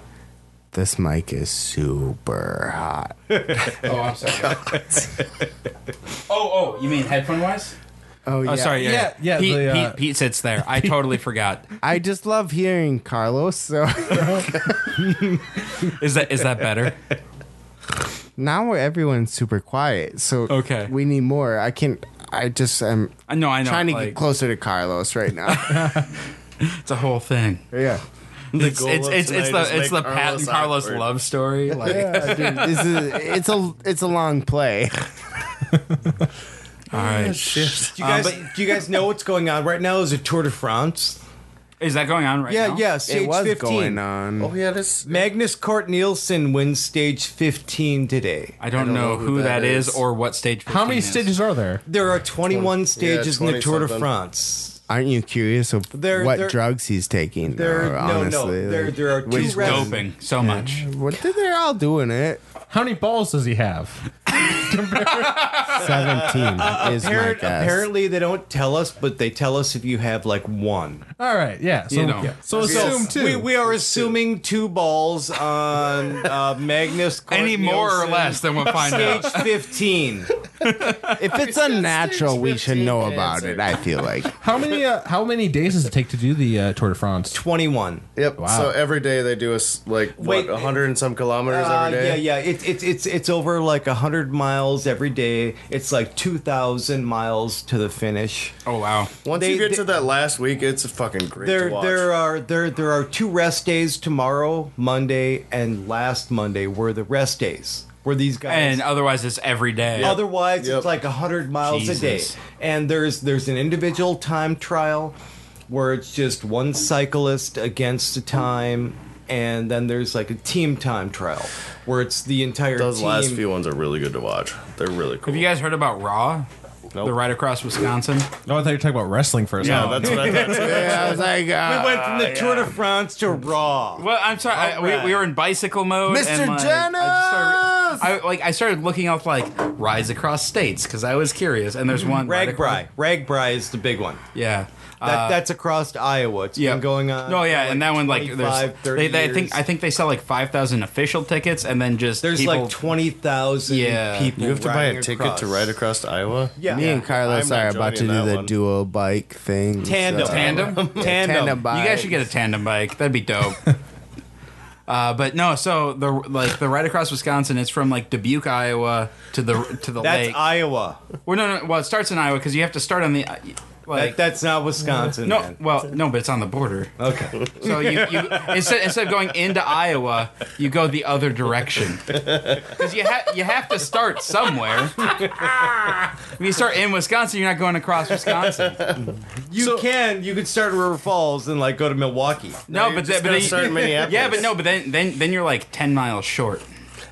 S5: This mic is super hot.
S1: Oh, I'm sorry. oh, oh, you mean headphone wise?
S5: Oh, yeah.
S1: Oh, sorry. Yeah,
S2: Yeah, yeah,
S1: Pete,
S2: the, uh,
S1: Pete, Pete sits there. I totally forgot.
S5: I just love hearing Carlos, so
S1: Is that is that better?
S5: now everyone's super quiet. So
S1: Okay.
S5: we need more. I can't. I just am
S1: I know. I know.
S5: trying to
S1: like,
S5: get closer to Carlos right now.
S1: It's a whole thing.
S5: yeah.
S1: It's
S3: goal
S1: it's
S3: of
S1: it's, it's
S3: tonight
S1: the
S3: is
S1: it's the
S3: make
S1: Pat and
S3: Carlos
S1: Carlos
S3: awkward.
S1: love story. Like,
S5: Yeah, dude, this is it's a it's a long play.
S1: all right,
S4: Do you guys
S1: Um,
S4: do you guys know what's going on right now? Is a Tour de France?
S1: is that going on right
S4: Yeah,
S1: now?
S4: yeah. Stage
S5: it was
S4: 15.
S5: going on.
S3: Oh yeah, this.
S4: Magnus Cort Nielsen wins stage 15 today.
S1: I don't, know, who that is. or what stage.
S2: how
S1: 15
S2: many
S1: is.
S2: stages are there?
S4: There are 21 stages in the
S3: 20
S4: Tour de
S3: something.
S4: France.
S5: Aren't you curious of
S4: They're-
S5: what
S4: they're-
S5: drugs he's taking?
S4: There,
S5: though,
S4: no,
S5: honestly,
S4: no. There,
S5: like,
S4: there are two
S5: which
S4: rounds.
S1: Doping so much.
S5: What did they're all doing it?
S2: How many balls does he have?
S5: Seventeen is my
S4: Apparent-
S5: guess.
S4: apparently, they don't tell us, but they tell us if you have like one.
S2: All right, yeah. So,
S1: You know.
S2: so assume two.
S4: We, we are assuming two balls on uh, Magnus. Cort
S1: Any more or
S4: Nielsen,
S1: less than we'll find
S4: Stage
S1: out.
S4: 15.
S5: if it's unnatural, we should know about it. I feel like
S2: How many uh, how many days does it take to do the uh, Tour de France?
S4: 21.
S3: Yep.
S2: Wow.
S3: So every day they do us like
S4: Wait,
S3: what a hundred and some kilometers
S4: Uh,
S3: every day.
S4: yeah, yeah. It's it's it's it's over like hundred miles every day. It's like two thousand miles to the finish.
S1: Oh wow.
S3: Once
S4: They-
S3: you get
S4: they-
S3: to that last week, it's fucking great
S4: There
S3: to watch.
S4: there are there there are two rest days tomorrow, Monday, and last Monday were the rest days. Were these guys
S1: And uh, otherwise, it's every day.
S4: Otherwise,
S3: Yep.
S4: it's like hundred miles
S1: Jesus.
S4: a day, and there's there's an individual time trial where it's just one cyclist against a time, and then there's like a team time trial where it's the entire
S3: Those
S4: team.
S3: last few ones are really good to watch. They're really cool.
S1: Have you guys heard about Raw?
S3: Nope.
S1: The ride across Wisconsin.
S2: Oh, I thought you were talking about wrestling for a
S3: yeah,
S2: second.
S3: that's what I thought. too.
S5: yeah, I was like,
S4: we
S5: uh,
S4: went from
S1: Ah,
S4: the Tour de France to Raw.
S1: Well, I'm sorry. I, we, we were in bicycle mode.
S5: Mr.
S1: and, like, I just started-
S5: Jenner. Yes!
S1: I like I started looking up like rides across states because I was curious, and
S4: Mm-hmm.
S1: there's one right across-
S4: Ragbri. Ragbri is the big one.
S1: Yeah.
S4: That, that's across Iowa. It's been going on.
S1: No, Uh, yeah,
S4: for,
S1: and that one like there's
S4: 25, 30
S1: they, they I
S4: years.
S1: think I think they sell like five thousand official tickets, and then just
S4: there's
S1: people,
S4: like twenty thousand
S1: Yeah.
S4: people.
S3: You have to buy
S4: riding
S3: a ticket to
S4: across.
S3: ride across to Iowa.
S4: Yeah.
S5: Me and Carlos
S3: I'm
S5: are
S3: not
S5: about to
S3: joining
S5: do
S3: that
S5: the
S3: one.
S5: duo bike thing.
S4: Tandem.
S5: so-
S1: Tandem?
S5: Yeah,
S4: Tandem.
S5: tandem bike.
S1: You guys should get a tandem bike. That'd be dope. Uh, but no, so the like the ride across Wisconsin, it's from like Dubuque, Iowa, to the to the
S4: That's
S1: lake.
S4: Iowa.
S1: well, no, no, well, it starts in Iowa because you have to start on the uh, like
S4: That, that's not Wisconsin.
S1: no,
S4: man.
S1: well, no, but it's on the border.
S4: Okay.
S1: So you, you instead instead of going into Iowa, you go the other direction because you have you have to start somewhere. when you start in Wisconsin, you're not going across Wisconsin.
S4: You can you could start in River Falls and like go to Milwaukee.
S1: No,
S3: you're
S1: but
S3: just
S1: that, but
S3: gonna
S1: then-
S3: start in Minneapolis.
S1: yeah, but no, but then then then you're like ten miles short.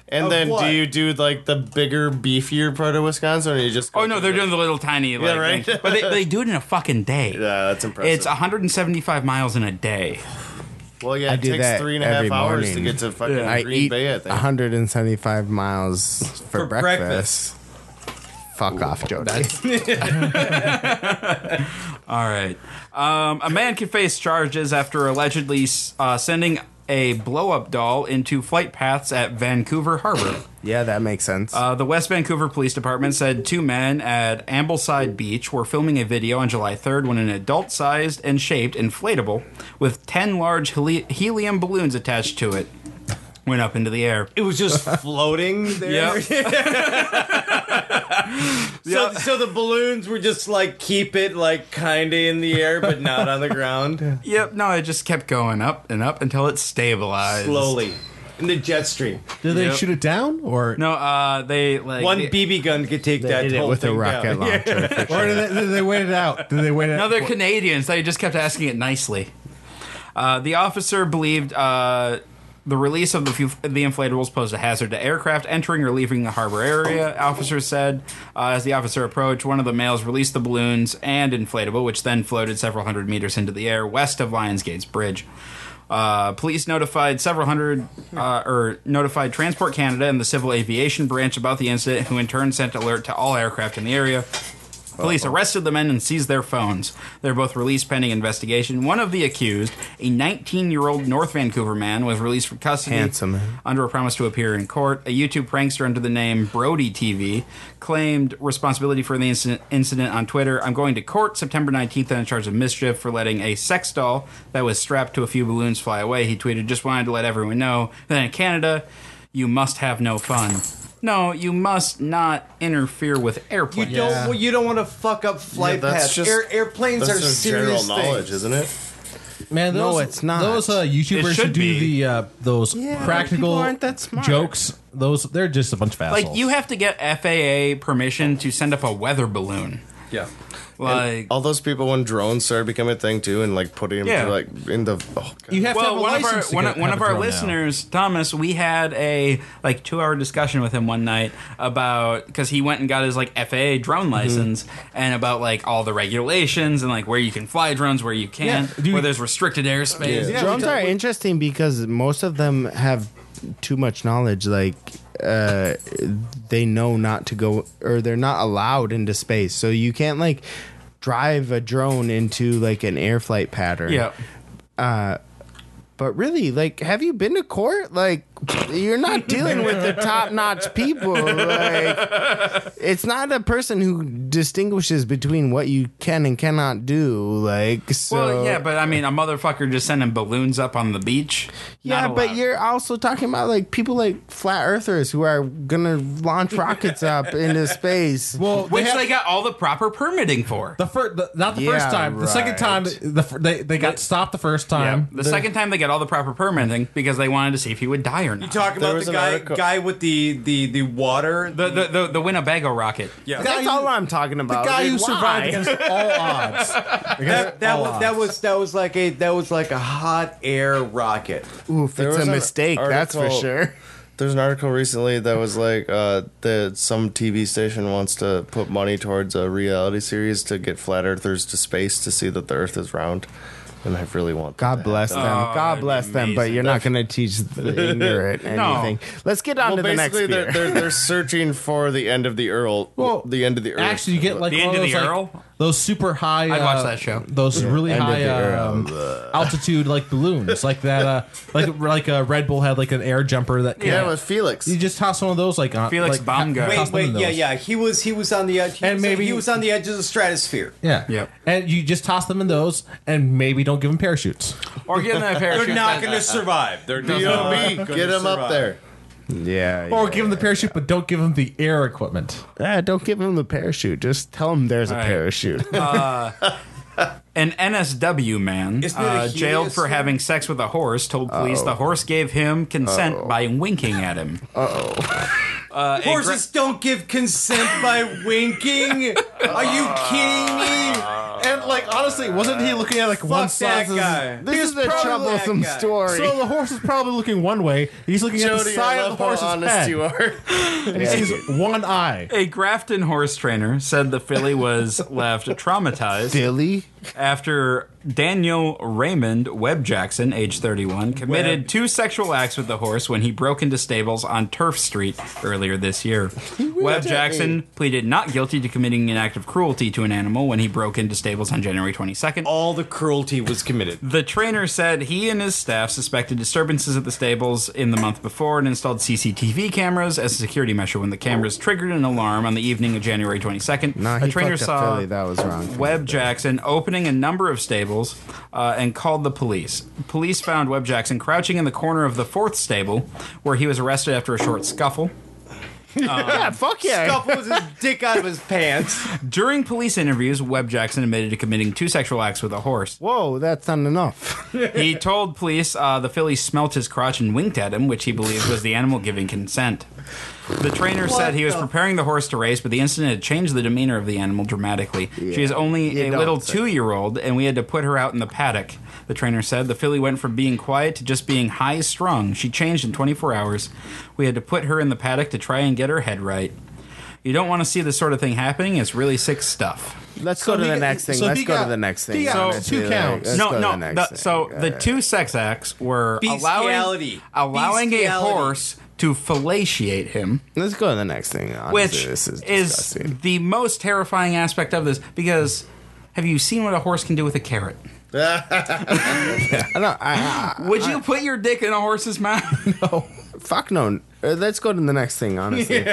S3: And
S4: Of
S3: then
S4: what?
S3: do you do like the bigger, beefier part of Wisconsin, or you just? go
S1: Oh no,
S3: to
S1: they're doing the little tiny. Like,
S3: right.
S1: thing. But they, they do it in a fucking day.
S3: Yeah, that's impressive.
S1: It's uh, 175 miles in a day.
S3: well, yeah,
S5: I
S3: it
S5: do
S3: takes
S5: that
S3: three and a half
S5: every
S3: hours to
S5: morning.
S3: get to fucking
S1: Yeah.
S5: I
S3: Green
S5: eat
S3: Bay. I think.
S5: 175 miles for,
S4: For breakfast.
S5: breakfast. Fuck off, Jody.
S1: All right. Um, a man can face charges after allegedly uh, sending a blow up doll into flight paths at Vancouver Harbor.
S5: Yeah, that makes sense.
S1: Uh, the West Vancouver Police Department said two men at Ambleside Beach were filming a video on July 3rd when an adult sized and shaped inflatable with 10 large heli- helium balloons attached to it went up into the air.
S4: It was just floating there. So, so the balloons were just like keep it like kinda in the air but not on the ground.
S1: Yep, no, it just kept going up and up until it stabilized.
S4: Slowly. In the jet stream.
S2: Did they
S1: Yep.
S2: shoot it down or
S1: No, uh, they like
S4: One
S1: they-
S4: BB gun could take that
S5: Hit it
S4: whole
S5: with a
S4: thing
S5: rocket
S4: down.
S5: launcher. for
S2: Or
S5: sure.
S2: did they, did they wait it out? Did they wait it
S1: No,
S2: out?
S1: they're Canadians. They just kept asking it nicely. Uh, the officer believed uh, the release of the, few, the inflatables posed a hazard to aircraft entering or leaving the harbor area, officers said. Uh, as the officer approached, one of the males released the balloons and inflatable, which then floated several hundred meters into the air west of Lionsgate's bridge. Uh, police notified several hundred, uh, or notified Transport Canada and the Civil Aviation Branch about the incident, who in turn sent alert to all aircraft in the area. Police arrested the men and seized their phones. They're both released pending investigation. One of the accused, a 19 year old North Vancouver man, was released from custody
S5: Handsome man.
S1: under a promise to appear in court. A YouTube prankster under the name Brody TV claimed responsibility for the incident, incident on Twitter. I'm going to court September 19th on a charge of mischief for letting a sex doll that was strapped to a few balloons fly away. He tweeted, just wanted to let everyone know that in Canada, you must have no fun. No, you must not interfere with
S4: You
S1: airplanes.
S4: don't well, you don't want to fuck up flight
S3: that's
S4: paths.
S3: just-
S4: Air, airplanes
S3: That's
S4: are
S3: just general
S4: serious
S3: knowledge,
S4: things.
S3: isn't it?
S2: Man,
S5: No,
S2: those,
S5: it's not.
S2: Those uh, YouTubers
S1: It
S2: should,
S1: should
S2: do
S1: be.
S2: the uh, those
S5: Yeah, but
S2: practical
S5: people aren't that smart.
S2: jokes. Those they're just a bunch of assholes.
S1: Like you have to get FAA permission to send up a weather balloon.
S4: Yeah.
S1: Like
S3: All those people when drones started becoming a thing too, and like putting them
S1: Yeah.
S3: through, like in the oh, God.
S2: You have
S1: well,
S2: to have a
S1: one of our
S2: license to
S1: one,
S2: get-
S1: one
S2: have
S1: of
S2: a
S1: our
S2: drone now.
S1: listeners, Thomas, we had a like two hour discussion with him one night about because he went and got his like FAA drone
S2: Mm-hmm.
S1: license and about like all the regulations and like where you can fly drones, where you can't,
S2: Yeah, dude.
S1: where there's restricted airspace.
S2: Yeah,
S5: Drones
S2: we
S5: are
S2: talk- we-
S5: interesting because most of them have too much knowledge. Like uh, they know not to go, or they're not allowed into space. So you can't like drive a drone into like an air flight pattern.
S1: Yeah.
S5: But really, like, have you been to court? Like, you're not dealing with the top notch people. Like, it's not a person who distinguishes between what you can and cannot do. Like, so.
S1: well, yeah, but I mean, a motherfucker just sending balloons up on the beach.
S5: Yeah,
S1: Not
S5: but
S1: allowed.
S5: you're also talking about like people like flat earthers who are gonna launch rockets up into space.
S2: Well,
S1: which
S2: they, have,
S1: they got all the proper permitting for.
S2: the first, the, not the first
S5: Yeah,
S2: time. The second
S5: right.
S2: time, the fir- they they got stopped the first time.
S1: The second time they got all the proper permitting because they wanted to see if he would die or not.
S4: You talk
S3: There
S4: about
S3: was
S4: the
S3: an
S4: guy
S3: article-
S4: guy with the the the water
S1: the, the, the, the Winnebago rocket.
S4: yeah.
S5: That's all I'm talking about.
S2: the guy
S5: Like,
S2: who survived
S5: why?
S2: against all odds.
S4: that, that was that was that was like a that was like a hot air rocket.
S5: Oof,
S3: There
S5: it's
S3: was
S5: a
S3: an
S5: mistake. That's for
S3: article-
S5: sure.
S3: There's an article recently that was like uh, that some TV station wants to put money towards a reality series to get flat earthers to space to see that the Earth is round. and I really want. that
S5: God
S3: to
S5: bless them.
S2: Oh,
S5: God bless them. But you're not going to teach the ignorant anything. Let's get on
S3: happen.
S5: to
S3: Well,
S5: the next
S3: basically, they're,
S5: beer.
S3: they're they're searching for the end of the Earl.
S2: Well,
S3: the end of the Earl.
S2: Actually, you get like
S1: The End
S2: one
S1: of
S2: those,
S1: the
S2: like,
S1: Earl?
S2: those super high.
S1: I'd watch
S2: uh,
S1: that show.
S2: Those really
S3: End of
S2: high
S3: the Earl.
S2: um, altitude like balloons, like that. Uh, like like a Red Bull had like an air jumper that.
S3: yeah, with Felix.
S2: You just toss one of those like on
S1: Felix
S2: like,
S1: Baumgart.
S2: toss
S4: Wait,
S2: one
S4: wait,
S2: of
S4: yeah,
S2: those.
S4: yeah. He was he was on the edge. He
S2: And
S4: was,
S2: maybe-
S4: he was on the edge of the stratosphere.
S2: yeah,
S1: Yep.
S2: And you just toss them in those, and maybe don't give them parachutes.
S1: Or get in that
S4: They're
S1: parachute.
S4: not going to survive. They're not
S3: B.O.B.
S4: gonna
S3: Get him up
S4: survive.
S3: there.
S5: yeah.
S2: Or
S5: yeah.
S2: give them the parachute, but don't give them the air equipment.
S5: Ah, don't give him the parachute. Just tell him there's a
S1: right.
S5: parachute.
S2: Uh,
S1: An NSW man
S4: Isn't it a
S1: uh, jailed
S4: helios
S1: for
S4: thing?
S1: having sex with a horse told police the horse gave him consent by winking at him.
S4: Horses don't give consent by winking. Are you kidding me?
S2: And like honestly, wasn't he looking at like one
S4: Fuck that
S2: side?
S4: guy.
S5: this is a troublesome
S4: that guy.
S5: story.
S2: So the horse is probably looking one way. He's looking at the
S3: Jody,
S2: side of
S3: I
S2: the
S3: love how
S2: horse's
S3: honest
S2: head.
S3: you are.
S2: And he sees one eye.
S1: A Grafton horse trainer said the filly was left traumatized
S5: Dilly.
S1: after Daniel Raymond Webb Jackson, age 31, committed two sexual acts with the horse when he broke into stables on Turf Street earlier this year. Webb Jackson pleaded not guilty to committing an act of cruelty to an animal when he broke into stables on January 22nd.
S5: Oh.
S4: All the cruelty was committed.
S1: The trainer said he and his staff suspected disturbances at the stables in the month before and installed CCTV cameras as a security measure when the cameras triggered an alarm on the evening of January 22nd.
S5: Nah,
S1: a
S5: he
S1: trainer
S5: fucked a
S1: saw
S5: filly. That was wrong.
S1: Webb Jackson opening a number of stables uh, and called the police. Police found Webb Jackson crouching in the corner of the fourth stable where he was arrested after a short scuffle.
S5: yeah, fuck yeah.
S4: Scuffle was his dick out of his pants.
S1: During police interviews, Webb Jackson admitted to committing two sexual acts with a horse.
S5: Whoa, that's not enough.
S1: He told police uh, the filly smelt his crotch and winked at him, which he believed was the animal giving consent. The trainer said he was
S4: the-
S1: preparing the horse to race, but the incident had changed the demeanor of the animal dramatically. she is only
S5: You
S1: a
S5: don't
S1: little
S5: say.
S1: two year old, and we had to put her out in the paddock. The trainer said the filly went from being quiet to just being high strung. She changed in 24 hours. We had to put her in the paddock to try and get her head right. You don't want to see this sort of thing happening. It's really sick stuff.
S5: Let's
S2: So
S5: go to
S2: he
S5: the
S2: got-
S5: next thing.
S2: so
S5: Let's
S2: he
S5: go
S2: got-
S5: to the next thing.
S2: he got
S5: honestly,
S2: two
S5: like,
S2: counts.
S5: let's
S1: no,
S5: go to
S1: no.
S5: the next
S1: the-
S5: thing.
S1: so the
S5: Uh,
S1: two sex acts were allowing
S4: Bestiality.
S1: allowing a
S4: Bestiality.
S1: horse to fellatiate him,
S5: let's go to the next thing. Honestly,
S1: which
S5: this is,
S1: is,
S5: disgusting.
S1: the most terrifying aspect of this. Because have you seen what a horse can do with a carrot?
S5: I don't- I- I-
S1: Would you put your dick in a horse's mouth?
S5: fuck no. Uh, Let's go to the next thing. Honestly,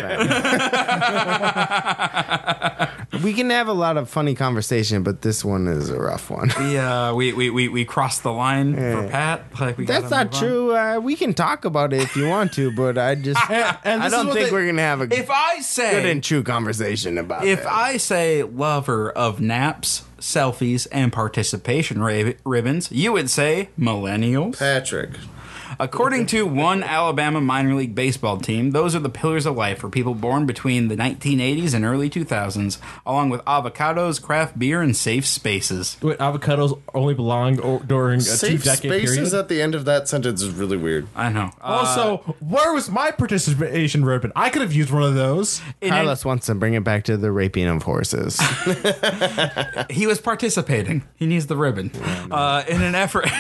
S5: fam. we can have a lot of funny conversation, but this one is a rough one.
S1: yeah, we we, we we crossed the line for Pat. Like we
S5: That's
S1: gotta move
S5: not
S1: on.
S5: true. Uh, we can talk about it if you want to, but I just
S2: and
S5: I
S2: this is
S5: don't
S2: what
S5: think
S2: they-
S5: we're gonna have a
S1: If I
S5: good
S1: say
S5: and true conversation about
S1: if
S5: it.
S1: I say lover of naps, selfies, and participation rib- ribbons, you would say millennials.
S3: Patrick.
S1: According to one Alabama minor league baseball team, those are the pillars of life for people born between the 1980s and early 2000s, along with avocados, craft beer, and safe spaces.
S2: Wait, avocados only belong o- during a
S3: Safe
S2: two-decade
S3: spaces
S2: period.
S3: at the end of that sentence is really weird.
S1: I know. Uh,
S2: also, where was my participation ribbon? I could have used one of those.
S1: in-
S5: Carlos wants to bring it back to the raping of horses.
S1: he was participating. He needs the ribbon. uh, in an effort.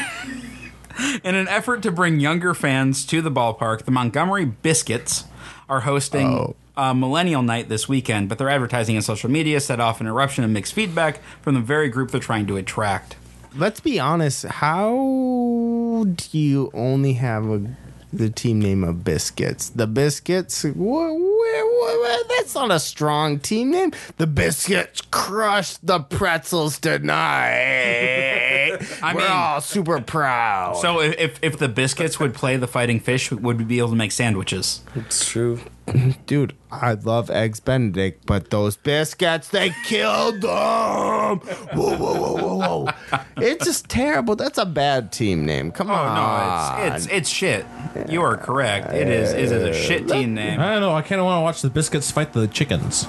S1: In an effort to bring younger fans to the ballpark, the Montgomery Biscuits are hosting uh, Millennial Night this weekend, but their advertising and social media set off an eruption of mixed feedback from the very group they're trying to attract.
S5: Let's be honest. How do you only have a, the team name of Biscuits? The Biscuits? Wh- wh- wh- that's not a strong team name. The Biscuits crushed the pretzels tonight.
S1: I
S5: We're
S1: mean-
S5: all super proud.
S1: So if, if if the biscuits would play the fighting fish, would we be able to make sandwiches?
S3: It's true.
S5: Dude, I love eggs Benedict, but those biscuits, they killed them. Whoa, whoa, whoa, whoa, whoa. It's just terrible. That's a bad team name. Come
S1: Oh
S5: on.
S1: no, it's it's, it's shit. You are correct. It is it is a shit team name.
S2: I don't know. I kind of want to watch the biscuits fight the chickens.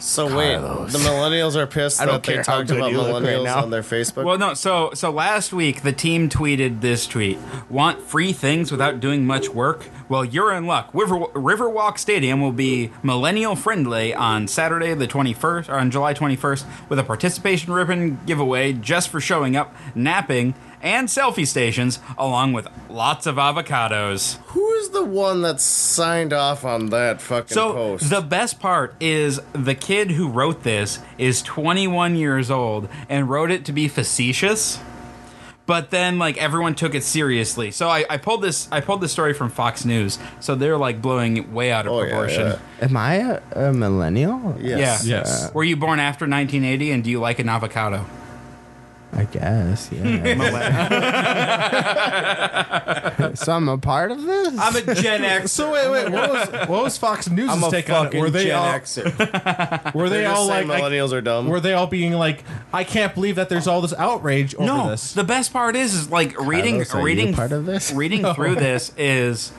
S3: So wait, the millennials are pissed
S5: don't
S3: that they
S5: care how
S3: talked
S5: good
S3: about
S5: you look right
S3: millennials
S5: now.
S3: on their Facebook.
S1: Well, no. So, so last week the team tweeted this tweet: "Want free things without doing much work? Well, you're in luck. River, Riverwalk Stadium will be millennial friendly on Saturday the 21st, or on July 21st, with a participation ribbon giveaway just for showing up, napping, and selfie stations, along with lots of avocados."
S3: Who is the one that signed off on that fucking
S1: So
S3: post?
S1: the best part is the kid who wrote this is 21 years old and wrote it to be facetious. But then like everyone took it seriously. So I, I pulled this I pulled this story from Fox News. So they're like blowing it way out of
S3: Oh, yeah,
S1: proportion.
S3: yeah.
S5: Am I a, a millennial?
S3: yes.
S1: Yeah.
S2: Yes.
S1: Were you born after 1980 and do you like an avocado?
S5: I guess, yeah. so I'm a part of this?
S1: I'm a Gen X.
S2: So wait, wait. What was what was Fox News'
S4: I'm a
S2: take on it?
S4: fucking
S2: Were they
S4: Gen
S2: all
S4: Xer.
S2: were
S3: They
S2: they
S3: just
S2: all
S3: say
S2: like, like-
S3: millennials are dumb.
S2: were they all being like, I can't believe that there's all this outrage over
S1: no,
S2: this?
S1: the best part is is like reading
S5: Carlos, are you
S1: reading
S5: part of this?
S1: reading through this is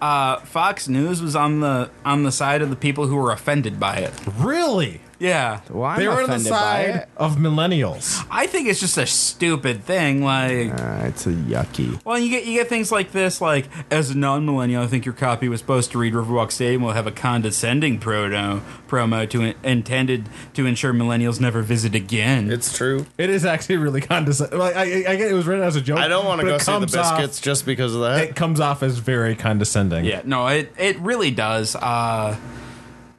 S1: uh, Fox News was on the on the side of the people who were offended by it.
S2: really?
S1: Yeah.
S5: Well, I'm
S2: they were on the
S5: offended by
S2: side
S5: it.
S2: of millennials.
S1: I think it's just a stupid thing. Like,
S5: Uh, it's a yucky.
S1: well, you get you get things like this. Like, as a non-millennial, I think your copy was supposed to read Riverwalk Stadium will have a condescending proto promo to intended to ensure millennials never visit again.
S3: It's true.
S2: It is actually really condescending. Like I, I, I get it was written as a joke.
S3: I don't want to
S2: but
S3: go
S2: it
S3: see the
S2: comes off-
S3: biscuits just because of that.
S2: it comes off as very condescending.
S1: yeah, no, it it really does. Uh,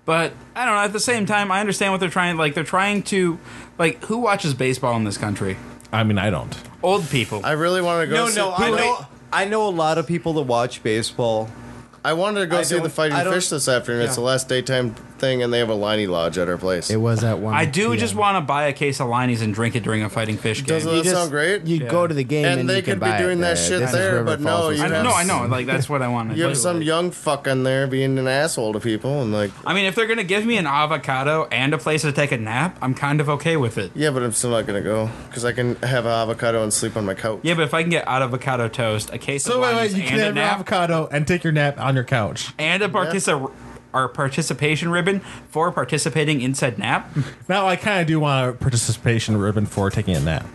S1: but I don't know. At the same time, I understand what they're trying. Like, they're trying to like who watches baseball in this country?
S2: I mean, I don't.
S1: Old people.
S3: I really want to go.
S4: No,
S3: see,
S4: no, I
S3: wait,
S4: know. I know a lot of people that watch baseball.
S3: I wanted to go
S4: I
S3: see the
S4: don't-
S3: fighting
S4: I don't-
S3: fish this afternoon. It's
S4: yeah.
S3: the last daytime thing, and they have a liney lodge at our place.
S5: It was at one.
S1: I do
S5: p.m.
S1: just want to buy a case of Liney's and drink it during a fighting fish game.
S3: Doesn't that sound great?
S5: You go to the game
S3: And
S5: and,
S3: they
S5: you can
S3: could be
S5: buy it
S3: doing that
S5: there.
S3: shit
S5: This is
S3: there,
S5: River
S3: but no,
S5: Falls
S3: you
S1: I
S5: Wisconsin.
S1: don't know. I know. Like that's what I want.
S3: you have some young fuck on there being an asshole to people, and like,
S1: I mean, if they're gonna give me an avocado and a place to take a nap, I'm kind of okay with it.
S3: yeah, but I'm still not gonna go because I can have an avocado and sleep on my couch.
S1: Yeah, but if I can get avocado toast, a case
S2: So
S1: of
S2: wait, wait.
S1: Liney's
S2: You can
S1: and a
S2: have your
S1: nap,
S2: avocado and take your nap on your couch.
S1: and a partici- or participation ribbon for participating in said nap.
S2: Now I kind of do want a participation ribbon for taking a nap.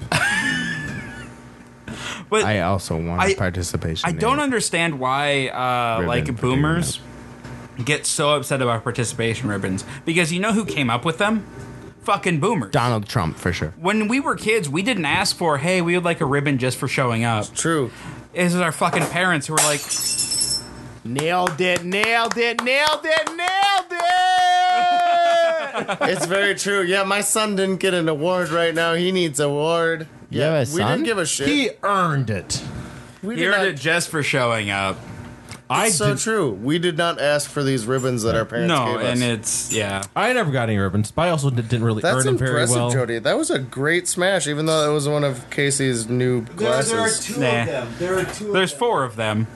S1: But
S5: I
S1: I,
S5: also want
S1: I-
S5: participation. in
S1: don't
S5: it.
S1: understand why, uh,
S5: Ribbon for
S1: like
S5: taking a
S1: boomers, get so upset about participation ribbons because you know who came up with them? Fucking boomers.
S5: Donald Trump for sure.
S1: When we were kids, we didn't ask for, hey, we would like a ribbon just for showing up.
S3: True.
S1: This is our fucking parents who were like,
S5: Nailed it! Nailed it! Nailed it! Nailed it!
S3: It's very true. Yeah, my son didn't get an award right now. He needs an award.
S5: You have a
S3: Yeah, we
S5: son?
S3: didn't give a shit.
S2: he earned it.
S3: we did
S1: You're
S3: not,
S1: it just for showing up.
S2: I
S3: so
S2: did,
S3: true. We did not ask for these ribbons that our parents
S1: No,
S3: gave us.
S1: and it's yeah.
S2: I never got any ribbons, but I also did, didn't really
S3: That's
S2: earn them very
S3: impressive,
S2: well.
S3: Jody. That was a great smash, even though it was one of Casey's new glasses.
S1: of Nah. them.
S4: There are two.
S1: There's four of them.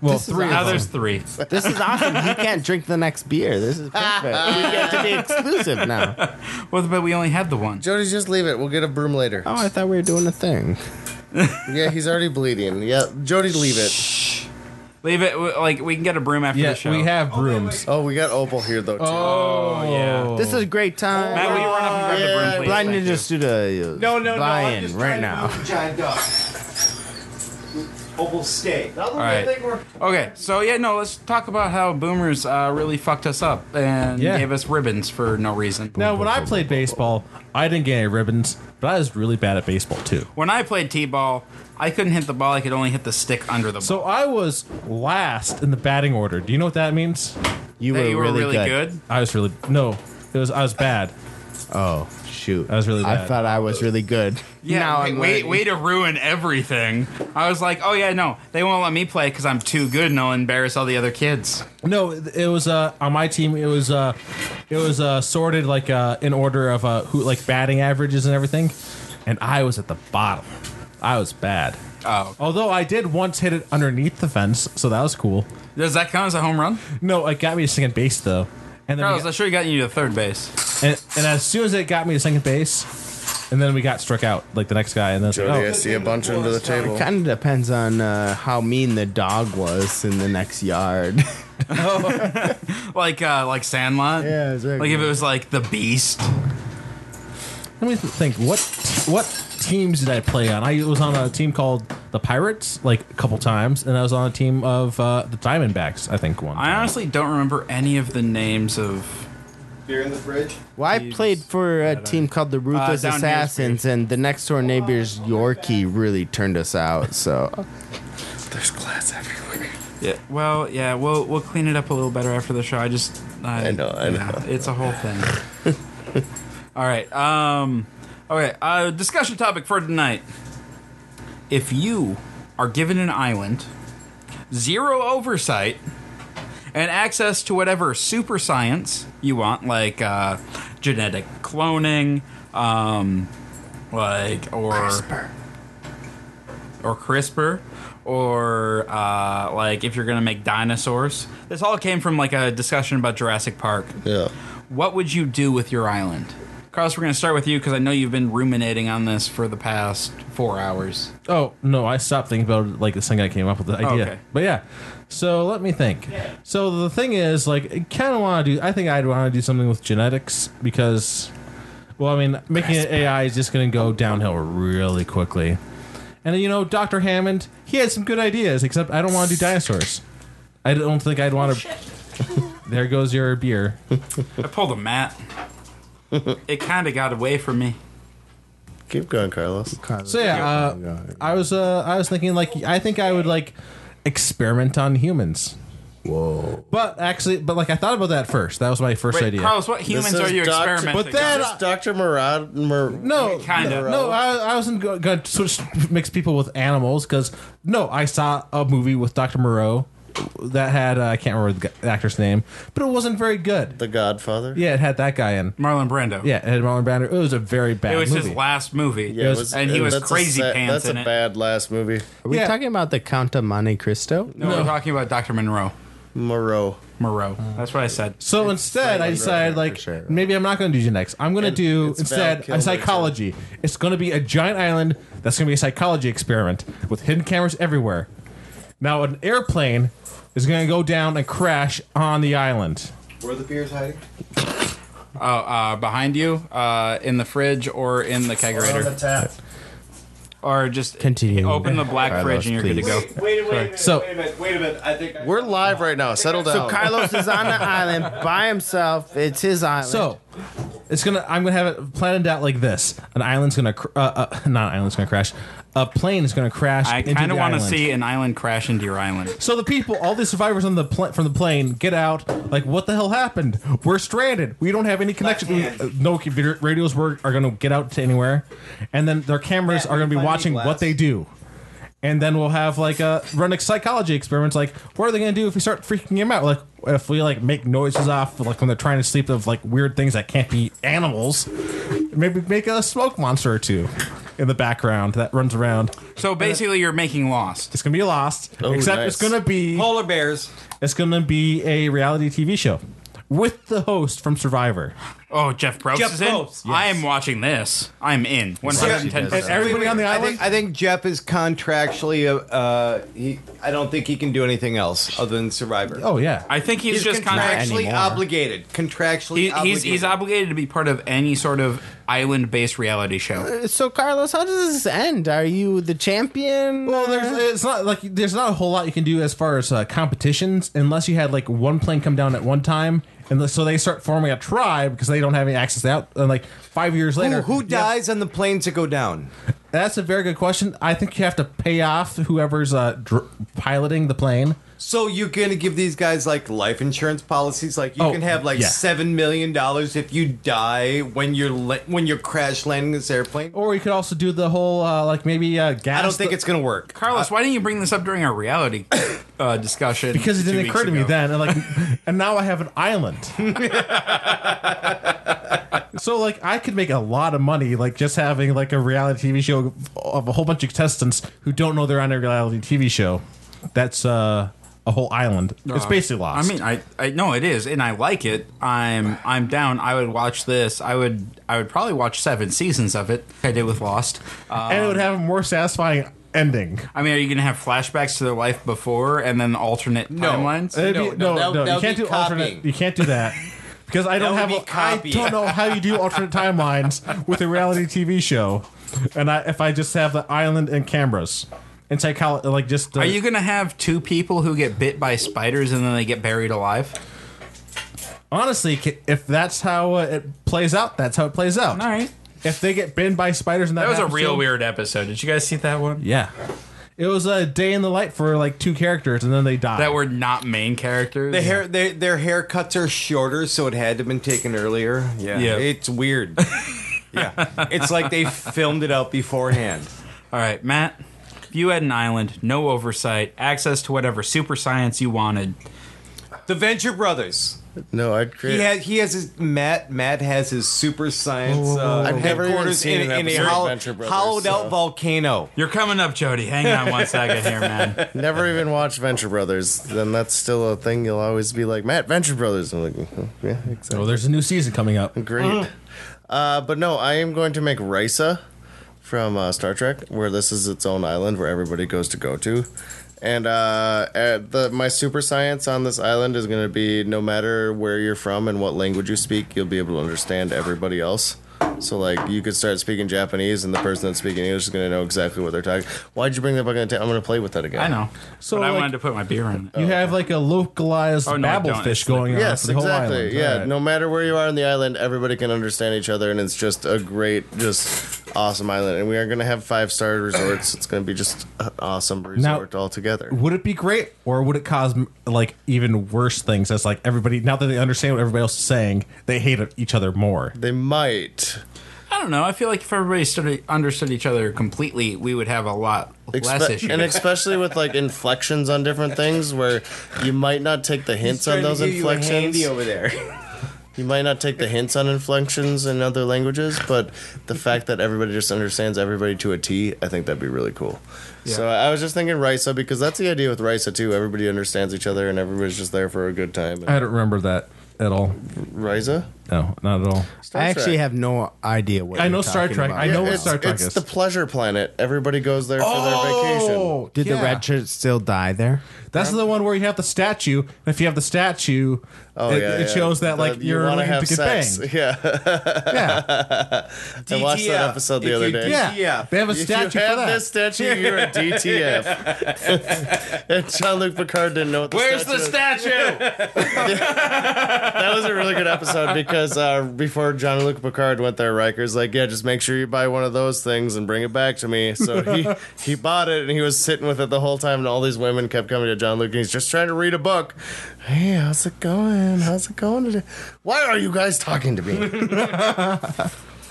S2: Well,
S5: This is
S2: three.
S1: Now
S2: Of
S1: there's
S2: them.
S1: three.
S5: This is awesome. He can't drink the next beer. This is perfect. We get to be exclusive now.
S1: Well, but we only had the one.
S3: Jody, just leave it. We'll get a broom later.
S5: Oh, I thought we were doing a thing.
S3: Yeah, he's already bleeding. Yeah, Jody, leave it.
S1: Leave it. w- Like we can get a broom after the
S2: Yes,
S1: show.
S2: we have brooms.
S3: Oh, we got Opal here though. Too.
S1: Oh yeah.
S5: This is a great time.
S1: Matt, will you run up and grab the broom,
S3: yeah.
S1: please?
S5: Blind
S1: Thank
S5: Ninja
S1: you.
S5: Studios.
S4: No, no, no.
S5: Buy
S4: I'm
S5: in
S4: just
S5: right
S4: trying
S5: now.
S4: To move the giant dog. Opal, stay.
S3: All
S1: right. Okay, so yeah, no, let's talk about how boomers uh, really fucked us up and
S2: Yeah.
S1: gave us ribbons for no reason.
S2: Now, when I played baseball, I didn't get any ribbons, but I was really bad at baseball too.
S1: When I played t-ball, I couldn't hit the ball. I could only hit the stick under the ball.
S2: So I was last in the batting order. Do you know what that means?
S5: You,
S1: That
S5: were,
S1: you were really, good.
S2: I was really no. It was I was bad.
S5: Oh shoot!
S2: That was really
S5: I
S2: bad.
S5: thought I was really good.
S1: Yeah,
S5: Now
S1: wait,
S5: I'm
S1: wait,
S5: learning.
S1: way to ruin everything. I was like, oh yeah, no, they won't let me play because I'm too good and I'll embarrass all the other kids.
S2: No, it was uh, on my team. It was uh, it was uh, sorted like uh, in order of uh, who like batting averages and everything, and I was at the bottom. I was bad.
S1: Oh.
S2: Although I did once hit it underneath the fence, so that was cool.
S1: Does that count as a home run?
S2: No, it got me to second base though, and then
S1: Carlos,
S2: we
S1: I sure got you to third base.
S2: got- and, and as soon as it got me to second base, and then we got struck out like the next guy, and then it's
S1: Oh.
S3: Jody, I
S2: like,
S3: see a bunch under the table.
S5: Kind of depends on uh, how mean the dog was in the next yard.
S1: like uh, like Sandlot.
S5: Yeah, exactly.
S1: Like if it was like the Beast.
S2: oh, let me th- think. What what teams did I play on? I was on a team called the Pirates like a couple times, and I was on a team of uh, the Diamondbacks. I think one.
S1: I honestly don't remember any of the names of.
S4: Beer in the fridge.
S5: Well, I
S1: He's-
S5: played for a team called the Ruthless
S1: down here is
S5: Assassins, and the next door neighbor's Yorkie really turned us out. So
S3: There's glass everywhere.
S1: Yeah. Well, yeah. We'll we'll clean it up a little better after the show. I just. I,
S3: I know, I
S1: yeah,
S3: know.
S1: it's a whole thing. All right. Um. Okay. Uh, discussion topic for tonight. If you are given an island, zero oversight, and access to whatever super science you want, like uh, genetic cloning, um, like or or CRISPR, or uh, like if you're gonna make dinosaurs. This all came from like a discussion about Jurassic Park.
S3: Yeah.
S1: What would you do with your island? Carlos, we're gonna start with you because I know you've been ruminating on this for the past four hours.
S2: Oh no, I stopped thinking about it, like the thing I came up with the idea.
S1: okay.
S2: But yeah, so let me think. So the thing is, like, I kind of want to do. I think I'd want to do something with genetics because, well, I mean, making it AI is just going to go downhill really quickly. And you know, Doctor Hammond, he had some good ideas. Except I don't want to do dinosaurs. I don't think I'd want to. there goes your beer.
S1: I pulled a mat. it kind of got away from me.
S3: Keep going, Carlos.
S2: So yeah, uh, I was uh, I was thinking like I think I would like experiment on humans. Whoa! But actually, but like I thought about that first. That was my first
S1: Wait,
S2: idea.
S1: Carlos, what humans
S3: is
S1: are you
S3: Dr.
S1: experimenting?
S2: But then-
S1: on?
S3: Just Dr. Murad. Mur-
S2: no,
S1: Kind of.
S2: No, I, I wasn't go- gonna switch mix people with animals because no, I saw a movie with Dr. Moreau that had uh, I can't remember the g- the actor's name, but it wasn't very good.
S3: The Godfather.
S2: Yeah, it had that guy in.
S1: Marlon Brando.
S2: Yeah, it had Marlon Brando. It was a very bad
S1: It was
S2: movie.
S1: his last movie.
S3: Yeah, it
S1: and he was
S3: that's a
S1: crazy
S3: sa-
S1: pants
S3: That's
S1: in
S3: a
S1: it.
S3: bad last movie.
S5: are we
S2: Yeah.
S5: talking about the Count of Monte Cristo?
S1: no, we're talking about Dr. Monroe.
S3: Moreau.
S1: Moreau.
S2: Uh-huh.
S1: That's what I said.
S2: So instead, I decided like
S5: for sure.
S2: maybe I'm not going to do genetics. I'm going to
S3: And
S2: do
S3: it's Val
S2: instead
S3: Kilmer,
S2: a psychology. It's going to be a giant island that's going to be a psychology experiment with hidden cameras everywhere. Now an airplane is going to go down and crash on the island.
S4: Where the beer's hiding?
S1: Uh, behind you, uh, in the fridge, or in the kegerator,
S3: tap.
S1: or just
S5: Continue.
S1: Open the black
S5: Carlos,
S1: fridge, and you're
S5: please.
S1: good to go.
S4: Wait a minute.
S2: So-
S4: wait a minute. Wait a minute. I think I
S3: We're live right now. Settle down.
S5: So Carlos is on the island by himself. It's his island.
S2: So it's gonna. I'm gonna have it planned out like this. An island's gonna. Cr- uh, uh, not an island's gonna crash. A plane is gonna crash.
S1: I
S2: into
S1: kind of
S2: the
S1: want to
S2: island.
S1: see an island crash into your island.
S2: So the people, all the survivors on the pl- from the plane, get out. Like, what the hell happened? We're stranded. We don't have any connection. We- uh, no c- video- radios were, are going to get out to anywhere, and then their cameras
S4: Yeah,
S2: are going to be
S4: find me
S2: watching
S4: glass.
S2: what they do. And then we'll have like a run a psychology experiments. Like, what are they going to do if we start freaking them out? Like, if we like make noises off, like when they're trying to sleep, of like weird things that can't be animals. Maybe make a smoke monster or two in the background that runs around.
S1: So basically, you're making Lost.
S2: It's gonna be lost,
S3: Oh,
S2: except
S3: nice.
S2: it's gonna be
S4: polar bears.
S2: it's going to be a reality TV show with the host from Survivor.
S1: Oh, Jeff Probst
S4: Jeff
S1: is in.
S4: Probst,
S1: I am watching this. I'm in. 110.
S2: And everybody on the
S4: I
S2: island.
S4: think, I think Jeff is contractually. Uh, uh, he, I don't think he can do anything else other than Survivor.
S2: oh yeah.
S1: I think he's, just contractually.
S4: contractually obligated. Contractually
S1: He,
S4: obligated.
S1: he's he's obligated to be part of any sort of island-based reality show.
S5: so Carlos, how does this end? Are you the champion?
S2: well, there's it's not like there's not a whole lot you can do as far as uh, competitions unless you had like one plane come down at one time, and so they start forming a tribe because they don't have any access out. And like five years
S4: who,
S2: later,
S4: who
S2: Yeah,
S4: dies on the planes that go down?
S2: that's a very good question. I think you have to pay off whoever's uh, dr- piloting the plane.
S4: So you're gonna give these guys like life insurance policies? Like you
S2: Oh,
S4: can have like
S2: yeah.
S4: seven million dollars if you die when you're la- when you're crash landing this airplane?
S2: Or you could also do the whole uh, like maybe uh, gas.
S4: I don't think it's gonna work.
S1: Carlos, why didn't you bring this up during our reality uh, discussion?
S2: because it
S1: two
S2: didn't
S1: weeks
S2: occur to me
S1: ago?
S2: then, and like, and now I have an island. so like, I could make a lot of money like just having like a reality TV show of a whole bunch of contestants who don't know they're on a reality TV show. That's uh, a whole island. it's
S1: Uh,
S2: basically lost.
S1: I mean, I, I no, it is, and I like it. I'm I'm down. I would watch this. I would I would probably watch seven seasons of it. I did with Lost. Uh,
S2: and it would have a more satisfying ending.
S1: I mean, are you going to have flashbacks to their life before and then alternate timelines?
S2: It'd
S4: No,
S2: be- no,
S4: no,
S2: no,
S4: that- that
S2: you
S4: would
S2: can't
S4: be
S2: do alternate.
S4: copying.
S2: You can't do that because I don't
S6: would
S2: have.
S6: be
S2: a- I
S6: copying.
S2: don't know how you do alternate timelines with a reality TV show, and I, if I just have the island and cameras and psychology, like just uh,
S1: Are you going to have two people who get bit by spiders and then they get buried alive?
S2: honestly, ca- if that's how uh, it plays out, that's how it plays out.
S1: All right.
S2: If they get bitten by spiders and that,
S1: That was a
S2: happens to
S1: real
S2: them-
S1: weird episode. Did you guys see that one?
S2: Yeah, it was a day in the light for like two characters, and then they died.
S1: That were not main characters.
S4: The hair, their, their haircuts are shorter, so it had to have been taken earlier. Yeah,
S1: Yeah.
S4: it's weird. yeah, it's like they filmed it out beforehand.
S1: All right, Matt. If you had an island, no oversight, access to whatever super science you wanted.
S4: The Venture Brothers.
S3: No, I'd
S4: He
S3: create.
S4: has, he has his Matt. Matt has his super science uh,
S3: I've never even
S4: headquarters
S3: seen
S4: in,
S3: an
S4: in a
S3: episode of
S4: hollow-
S3: Venture Brothers,
S4: hollowed
S3: so-
S4: out volcano.
S1: You're coming up, Jody. Hang on one second here, man.
S3: Never even watched Venture Brothers. Then that's still a thing. You'll always be like, Matt, Venture Brothers. I'm like, "Mhm, yeah, exactly.
S2: Oh, there's a new season coming up.
S1: Mm.
S3: Great. Uh, but no, I am going to make Risa from uh, Star Trek, where this is its own island where everybody goes to go to. And uh, at the, my super science on this island is going to be no matter where you're from and what language you speak, you'll be able to understand everybody else. So, like, you could start speaking Japanese, and the person that's speaking English is going to know exactly what they're talking. Why'd you bring that back on the table? I'm going to play with that again.
S1: I know.
S2: So,
S1: So but I
S2: like-
S1: wanted to put my beer in.
S2: You
S1: it.
S2: have like a localized
S1: Oh, no, I
S2: babble
S1: don't.
S2: fish
S1: It's like-
S2: going on
S3: Yes,
S2: for the whole
S3: exactly.
S2: island.
S3: Yeah,
S2: Alright.
S3: no matter where you are on the island, everybody can understand each other, and it's just a great, just awesome island. And we are going to have five star resorts. It's going to be just an awesome resort altogether.
S2: Would it be great, or would it cause m- like even worse things? That's like everybody now that they understand what everybody else is saying, they hate each other more.
S3: They might
S1: I don't know. I feel like if everybody studied, understood each other completely, we would have a lot less
S3: Expe-
S1: issues.
S3: and especially with like inflections on different things, where you might not take the hints on those inflections.
S4: over there.
S3: You might not take the hints on inflections in other languages, but the fact that everybody just understands everybody to a T, I think that'd be really cool. So I was just thinking Risa because that's the idea with Risa too. Everybody understands each other and everybody's just there for a good time.
S2: I don't remember that at all.
S3: Risa?
S2: No, not at all.
S3: Star
S5: I actually
S3: Trek.
S5: have no idea what
S2: I
S5: you're
S2: know Star
S5: talking
S2: Trek.
S5: about.
S2: I know what
S3: it's,
S2: Star Trek
S3: it's
S2: is. Oh!
S3: the pleasure planet. Everybody goes there for their vacation.
S5: Did the red shirt still die there?
S2: That's the one where you have the statue. And if you have the statue,
S3: Oh,
S2: it,
S3: yeah,
S2: it
S3: yeah.
S2: shows that
S3: The-
S2: like
S3: you
S2: you're
S3: wanna
S2: looking
S3: have
S2: to get
S3: sex.
S2: banged.
S3: Yeah,
S2: Yeah,
S3: I watched that episode the other day.
S2: yeah,
S4: Yeah.
S2: They have a
S3: If
S2: statue
S3: you
S2: for
S3: have
S2: that.
S3: this statue, you're a DTF. and John Luc Picard didn't know what the
S6: Where's the
S3: statue was.
S6: statue?
S3: That was a really good episode because uh, before John Luc Picard went there, Riker's like, "Yeah, just make sure you buy one of those things and bring it back to me." So he he bought it and he was sitting with it the whole time, and all these women kept coming to John Luc, and he's just trying to read a book. Hey, how's it going? How's it going today? Why are you guys talking to me?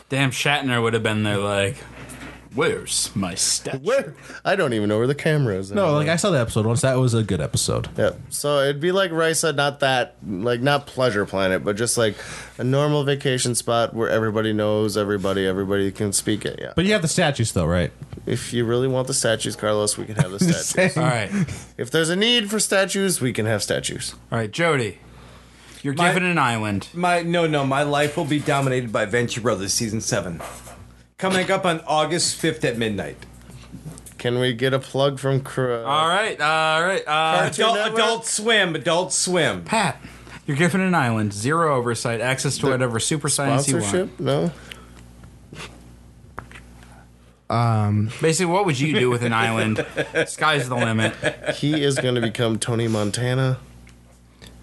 S1: Damn, Shatner would have been there like, where's my statue?
S3: Where? I don't even know where the camera is.
S2: No, like I saw the episode once. That was a good episode.
S3: Yeah. So it'd be like Risa, not that, like not Pleasure Planet, but just like a normal vacation spot where everybody knows everybody, everybody can speak it. Yeah.
S2: But you have the statues though, right?
S3: If you really want the statues, Carlos, we can have the
S2: Just
S3: statues.
S1: All
S2: saying.
S1: right.
S3: If there's a need for statues, we can have statues.
S1: All right, Jody. You're
S4: My-
S1: given an island.
S4: My no, no. My life will be dominated by Venture Brothers season seven, coming up on August fifth at midnight.
S3: Can we get a plug from Cro-
S1: All right, all right. Uh,
S4: Adult,
S3: Network?
S4: adult Swim, Adult Swim.
S1: Pat, you're given an island, zero oversight, access to whatever super science you want.
S3: sponsorship? No.
S1: Basically, what would you do with an island? Sky's the limit.
S3: He is going to become Tony Montana.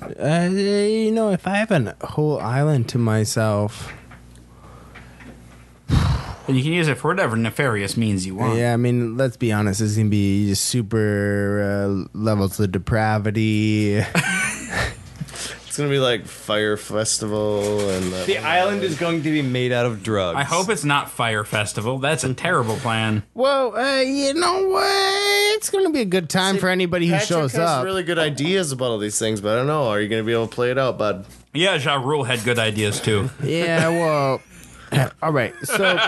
S5: Uh, you know, if I have a whole island to myself,
S1: And you can use it for whatever nefarious means you want.
S5: yeah, I mean, let's be honest, this is gonna be just super uh, levels of depravity.
S3: It's going to be like Fire Festival and uh,
S4: The island is going to be made out of drugs.
S1: I hope it's not Fire Festival. That's a terrible plan.
S5: well, uh, you know what? It's gonna be a good time for anybody who
S3: Patrick
S5: shows
S3: has
S5: up.
S3: really good ideas about all these things, but I don't know. Are you going to be able to play it out, bud?
S1: Yeah, Ja Rule had good ideas too.
S5: uh, Yeah, well, all right. So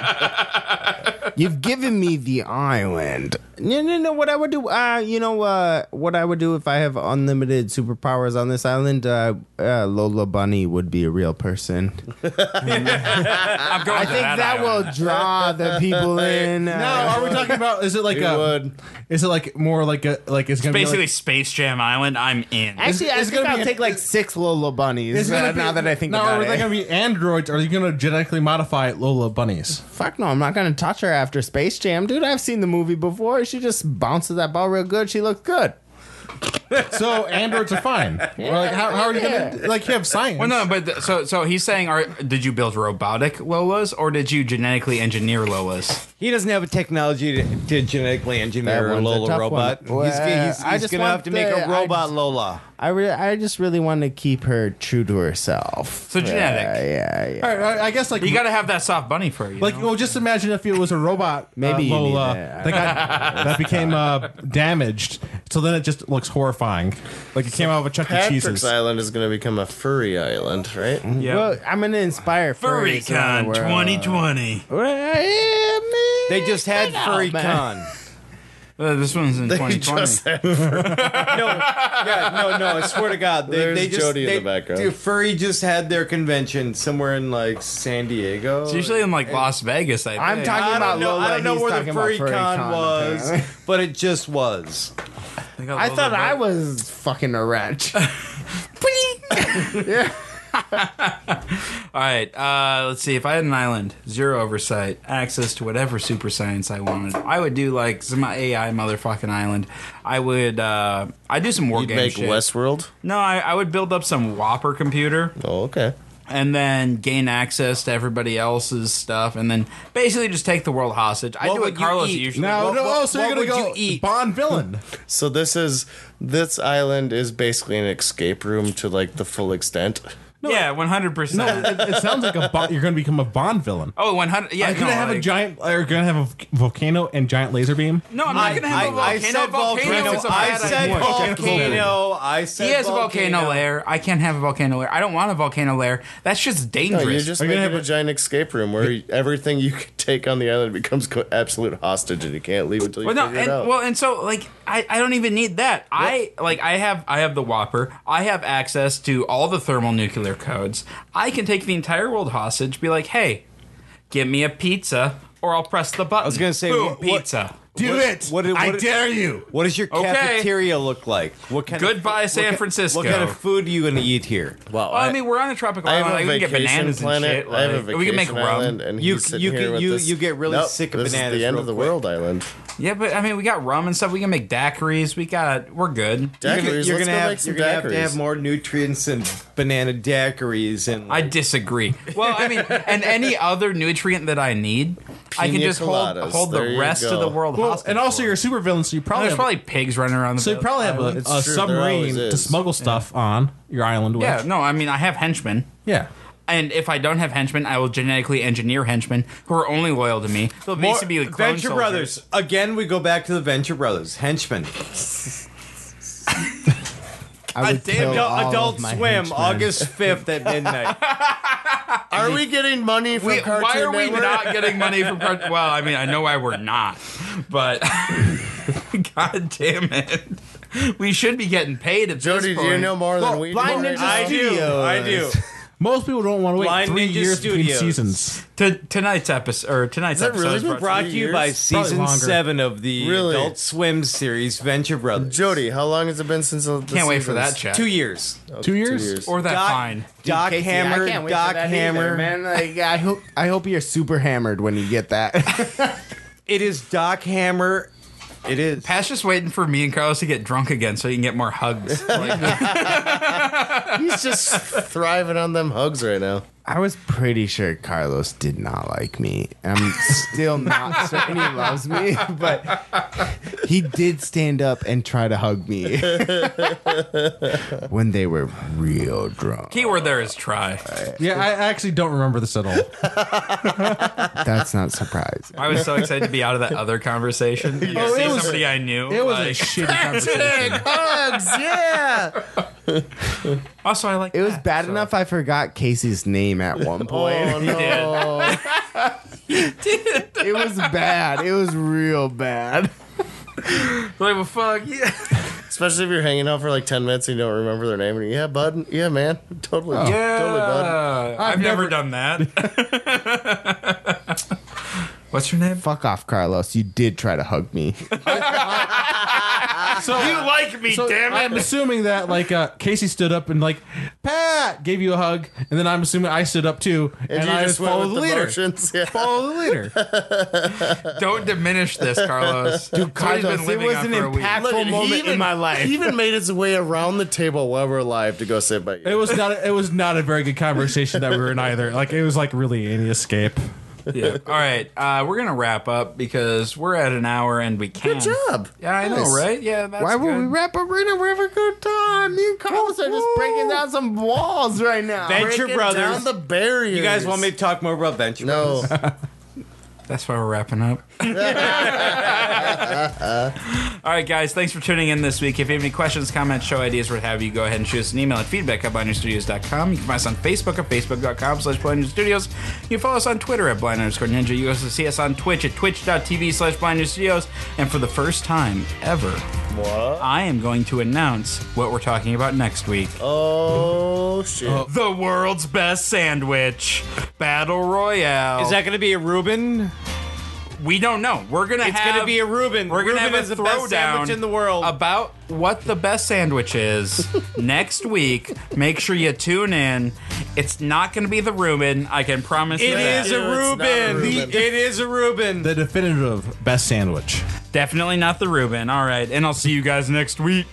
S5: You've given me the island. No, no, no. What I would do, uh, you know, uh, what I would do if I have unlimited superpowers on this island, uh, uh, Lola Bunny would be a real person.
S1: I'm going
S5: I think that, will draw the people in.
S2: Now,
S5: Uh,
S2: are we talking about? Is it like
S3: It
S2: a?
S3: would.
S2: Is it like more like a like it's gonna
S1: basically
S2: be like,
S1: Space Jam Island. I'm in.
S5: actually, I
S2: it's
S5: think
S2: gonna
S5: I'll
S2: be-
S5: take like six Lola Bunnies.
S2: Is it
S5: uh,
S2: gonna be-
S5: now that I think
S2: now,
S5: about
S2: are
S5: it,
S2: they gonna be androids? Or are you gonna genetically modify Lola bunnies?
S5: fuck no, I'm not gonna touch her after Space Jam, dude. I've seen the movie before. She just bounces that ball real good. She looked good.
S2: So androids are fine. Or, like how, how are you gonna like you have science?
S1: Well, no, but th- so so he's saying, are did you build robotic Lolas or did you genetically engineer Lolas?
S4: He doesn't have a technology to, to genetically engineer
S5: That
S4: a
S5: one's a
S4: Lola
S5: tough
S4: robot.
S5: one.
S4: he's
S5: Well,
S4: he's,
S5: I
S4: he's
S5: just
S4: gonna
S5: want
S4: have to make
S5: the-
S4: a
S5: I
S4: robot
S5: just-
S4: Lola.
S5: I, re- I just really want to keep her true to herself.
S1: So genetic.
S5: Yeah, yeah, yeah.
S2: All right, I, I guess like
S1: You got to have that soft bunny for you.
S2: like
S1: know?
S2: well, just imagine if it was a robot.
S5: Maybe you
S2: uh,
S5: need
S2: Lola
S5: that.
S2: that. got that became uh, damaged. So then it just looks horrifying. Like it came out of a Chuck E.
S3: Patrick's
S2: Cheese's.
S3: Island is going to become a furry island, right?
S1: yeah.
S5: Well, I'm gonna inspire furries around the world.
S1: 2020.
S5: Well, yeah, man.
S4: They just had Furry
S5: man.
S4: Con.
S1: Uh, this one's in
S3: They
S1: 2020.
S3: just had
S4: No, yeah, no, no. I swear to God, they,
S3: There's
S4: they just
S3: Jody in
S4: they,
S3: the background.
S4: dude, Furry just had their convention somewhere in like San Diego.
S1: it's usually in like Las Vegas. I
S5: I'm
S1: think.
S5: talking
S4: I
S5: about
S4: don't know.
S5: Lola.
S4: I don't know
S5: he's
S4: where
S5: talking
S4: the
S5: about
S4: Furry, con, was,
S5: apparently.
S4: but it just was.
S1: think
S5: I
S1: love
S5: thought
S1: that.
S5: I was fucking a wrench.
S1: All right, uh, let's see. If I had an island, zero oversight, access to whatever super science I wanted, I would do like some AI motherfucking island. I would, uh, I do some war
S3: You'd
S1: game
S3: make
S1: shit.
S3: Westworld.
S1: no, I, I would build up some Whopper computer
S3: Oh, okay.
S1: and then gain access to everybody else's stuff, and then basically just take the world hostage. I
S6: What
S1: do what
S6: would you
S1: Carlos
S6: eat?
S1: usually.
S2: Now,
S1: what,
S2: no,
S1: what-
S2: oh, so
S1: what
S2: you're gonna
S1: would
S2: go
S1: you eat?
S2: Bond villain.
S3: So this is this island is basically an escape room to like the full extent.
S1: yeah, one hundred percent.
S2: it, it sounds like a Bond, you're gonna become a Bond villain.
S1: Oh, one hundred. Yeah,
S2: Are you
S1: no,
S2: gonna have a
S1: like-
S2: giant? Are you gonna have a v- volcano and giant laser beam?
S1: No, I'm not gonna have a volcano.
S4: I said volcano.
S1: It's a
S4: I
S1: bad
S4: said
S1: idea.
S4: volcano. I said
S1: He has a volcano lair. I can't have a volcano lair. I don't want a volcano lair. That's Oh, just
S3: No,
S1: dangerous.
S3: you're just
S2: Are you
S3: making
S2: gonna
S3: a
S2: have a-
S3: giant escape room where you- everything you can take on the island becomes co- absolute hostage, and you can't leave until you
S1: well, no,
S3: figure
S1: and,
S3: it out.
S1: well, and so like I, I don't even need that. I like I have I have the Whopper. I have access to all the thermal nuclear codes. I can take the entire world hostage. Be like, hey, give me a pizza, or I'll press the button. I
S4: was gonna say,
S1: Boom,
S4: what-
S1: pizza.
S2: Do
S4: What-
S2: it!
S4: what-
S2: I
S4: what-
S2: dare you!
S4: What does your
S1: Okay.
S4: cafeteria look like? What kind
S1: Goodbye,
S4: of,
S1: San
S4: what ki-
S1: Francisco.
S4: What kind of food are you going to eat here?
S3: wow,
S1: Well, I, mean, we're on a tropical
S3: I have
S4: uh,
S1: island.
S3: a
S1: Like, we can get
S3: vacation
S1: bananas
S3: planet.
S1: and shit.
S3: I have a
S1: like,
S3: vacation
S1: we can make rum.
S3: island, and
S4: You-
S3: he's sitting
S4: you
S3: here
S4: can-
S3: with
S4: you-
S3: this-
S4: you get really
S3: Nope,
S4: sick of
S3: this
S4: bananas
S3: Is the end
S4: real
S3: of the
S4: quick.
S3: world island.
S1: Yeah, but I mean, we got rum and stuff. We can make daiquiris. We got. We're good.
S3: Daiquiris.
S4: you're
S3: let's
S4: gonna
S3: go
S4: have,
S3: make some
S4: you're gonna have to
S3: daiquiris.
S4: have more nutrients and banana daiquiris and
S1: I disagree. Well, I mean, and any other nutrient that I need, I can
S3: Piña
S1: just hold,
S3: coladas.
S1: hold the
S3: There you
S1: rest of
S3: go.
S1: the world
S2: Well,
S1: hostage.
S2: and also,
S1: for.
S2: you're a super villain, so you
S1: And
S2: probably
S1: there's
S2: have,
S1: probably pigs running around the
S2: so you probably have a,
S3: It's
S2: a
S3: true, there
S2: submarine
S3: always
S2: to
S3: is.
S2: smuggle stuff on your island with.
S1: Yeah, no, I mean, I have henchmen.
S2: Yeah.
S1: And if I don't have henchmen, I will genetically engineer henchmen who are only loyal to me. They'll
S4: More-
S1: basically be like clone
S4: Venture
S1: soldiers.
S4: Brothers. Again, we go back to the Venture Brothers. Henchmen.
S5: I would
S1: damn
S5: kill
S1: adult-
S5: all of
S4: Adult
S5: my
S4: Swim,
S5: henchmen.
S4: August 5th at midnight.
S3: Are we getting money from
S1: We-
S3: Cartoon
S1: why are we
S3: Network?
S1: not getting money from Cart- Well, I mean, I know why we're not, but God damn it, we should be getting paid at
S3: Jody,
S1: this
S3: do
S1: point.
S3: you know more than
S5: Well,
S3: we
S5: Blind
S3: do?
S5: Ninja
S4: I do. I do.
S2: Most people don't want to wait
S4: Blind
S2: three
S4: Ninja
S2: years between
S4: Studios.
S2: seasons.
S1: To, tonight's episode or tonight's
S3: that
S1: episode
S3: really
S1: is brought to
S4: Brought
S3: Three
S4: to you by
S3: years?
S4: season
S2: longer.
S4: seven of the
S3: Really?
S4: Adult Swim series, Venture Brothers.
S3: Jody, how long has it been since the
S1: Can't wait for that
S3: seasons?
S1: chat.
S4: Two years.
S2: Two years?
S1: or that
S4: Doc,
S1: fine.
S4: Doc
S5: Casey, I
S4: Hammer.
S5: can't wait for
S4: Doc
S5: that either,
S4: Hammer.
S5: man. Like, I hope I hope you're super hammered when you get that.
S4: It is Doc Hammer. It is.
S1: Pat's just waiting for me and Carlos to get drunk again so he can get more hugs. Like,
S3: He's just thriving on them hugs right now.
S5: I was pretty sure Carlos did not like me. I'm still not certain he loves me, but he did stand up and try to hug me when they were real drunk.
S1: keyword there is try.
S2: Yeah, I actually don't remember this at all.
S5: That's not surprising.
S1: I was so excited to be out of that other conversation. And
S2: Oh,
S1: see
S2: it was-
S1: somebody I knew.
S2: It was a
S1: like-
S2: shitty conversation.
S5: Hugs, yeah.
S1: also, I like
S5: It was
S1: that,
S5: bad
S1: "Oh, so-
S5: enough I Oh, forgot Casey's name at one point.
S3: Oh no!
S1: Did.
S5: it was bad. It was real bad.
S1: Like, well, fuck yeah.
S3: Especially if you're hanging out for like 10 minutes and you don't remember their name. And, yeah, bud. Yeah, man. Totally. Totally, bud.
S1: I've, never, done that. What's your name?
S5: Fuck off, Carlos. You did try to hug me.
S2: So you
S6: like me, damn it.
S2: I'm assuming that like uh, Casey stood up and like Pat gave you a hug, and then I'm assuming I stood up too, and,
S3: And, you
S2: I
S3: just went
S2: followed the
S3: with the
S2: leader.
S3: motions. Yeah.
S2: Follow the leader.
S1: Don't diminish this, Carlos. Dude,
S5: Carlos, it was an
S3: Look,
S5: impactful
S3: he
S5: moment
S3: even-
S5: in my life.
S3: He even made his way around the table while we're live to go sit by you.
S2: It was not. It was not a very good conversation that we were in either. Like it was like really any escape.
S1: Yeah. All right, uh, we're gonna wrap up because we're at an hour and we can't.
S3: Good job.
S1: Yeah, I know,
S3: Nice.
S1: right? Yeah. That's
S5: Why would
S1: good.
S5: we wrap up right now? We're having a good time. Me and Carlos are just breaking down some walls right now.
S4: Venture
S3: Breaking Down
S4: Brothers.
S3: the barriers.
S4: you guys want me to talk more about Venture?
S3: No.
S1: That's why we're wrapping up. All right, guys, thanks for tuning in this week. If you have any questions, comments, show ideas, what have you, go ahead and shoot us an email at feedback at blindnerstudios.com. You can find us on Facebook at facebook.com slash blindnerstudios. You can follow us on Twitter at blind underscore ninja. You can also see us on Twitch at twitch.tv slash blindnerstudios. And for the first time ever, I am going to announce what we're talking about next week.
S3: Oh, shit.
S1: The world's best sandwich, Battle Royale.
S4: Is that going to be a Reuben?
S1: we don't know. We're going to
S4: It's
S1: have...
S4: going to be a Reuben.
S1: We're gonna
S4: Reuben
S1: have
S4: is
S1: a
S4: the best sandwich
S1: throwdown
S4: in the world.
S1: about what the best sandwich is next week. Make sure you tune in. It's not going to be the Reuben. I can promise you
S4: It
S1: that.
S4: is
S3: Dude,
S4: a
S3: it's not a
S4: Reuben.
S3: Reuben.
S4: The- It is a Reuben.
S2: The definitive best sandwich.
S1: Definitely not the Reuben. All right, and I'll see you guys next week.